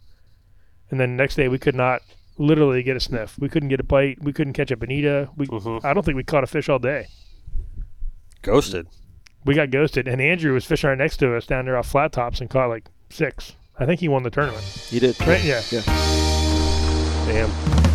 And then next day we could not literally get a sniff. We couldn't get a bite. We couldn't catch a bonita. We Mhm. I don't think we caught a fish all day. ghosted. We got ghosted, and Andrew was fishing right next to us down there off flat tops and caught like six. I think he won the tournament. you did. Right? Yeah. Yeah. Damn.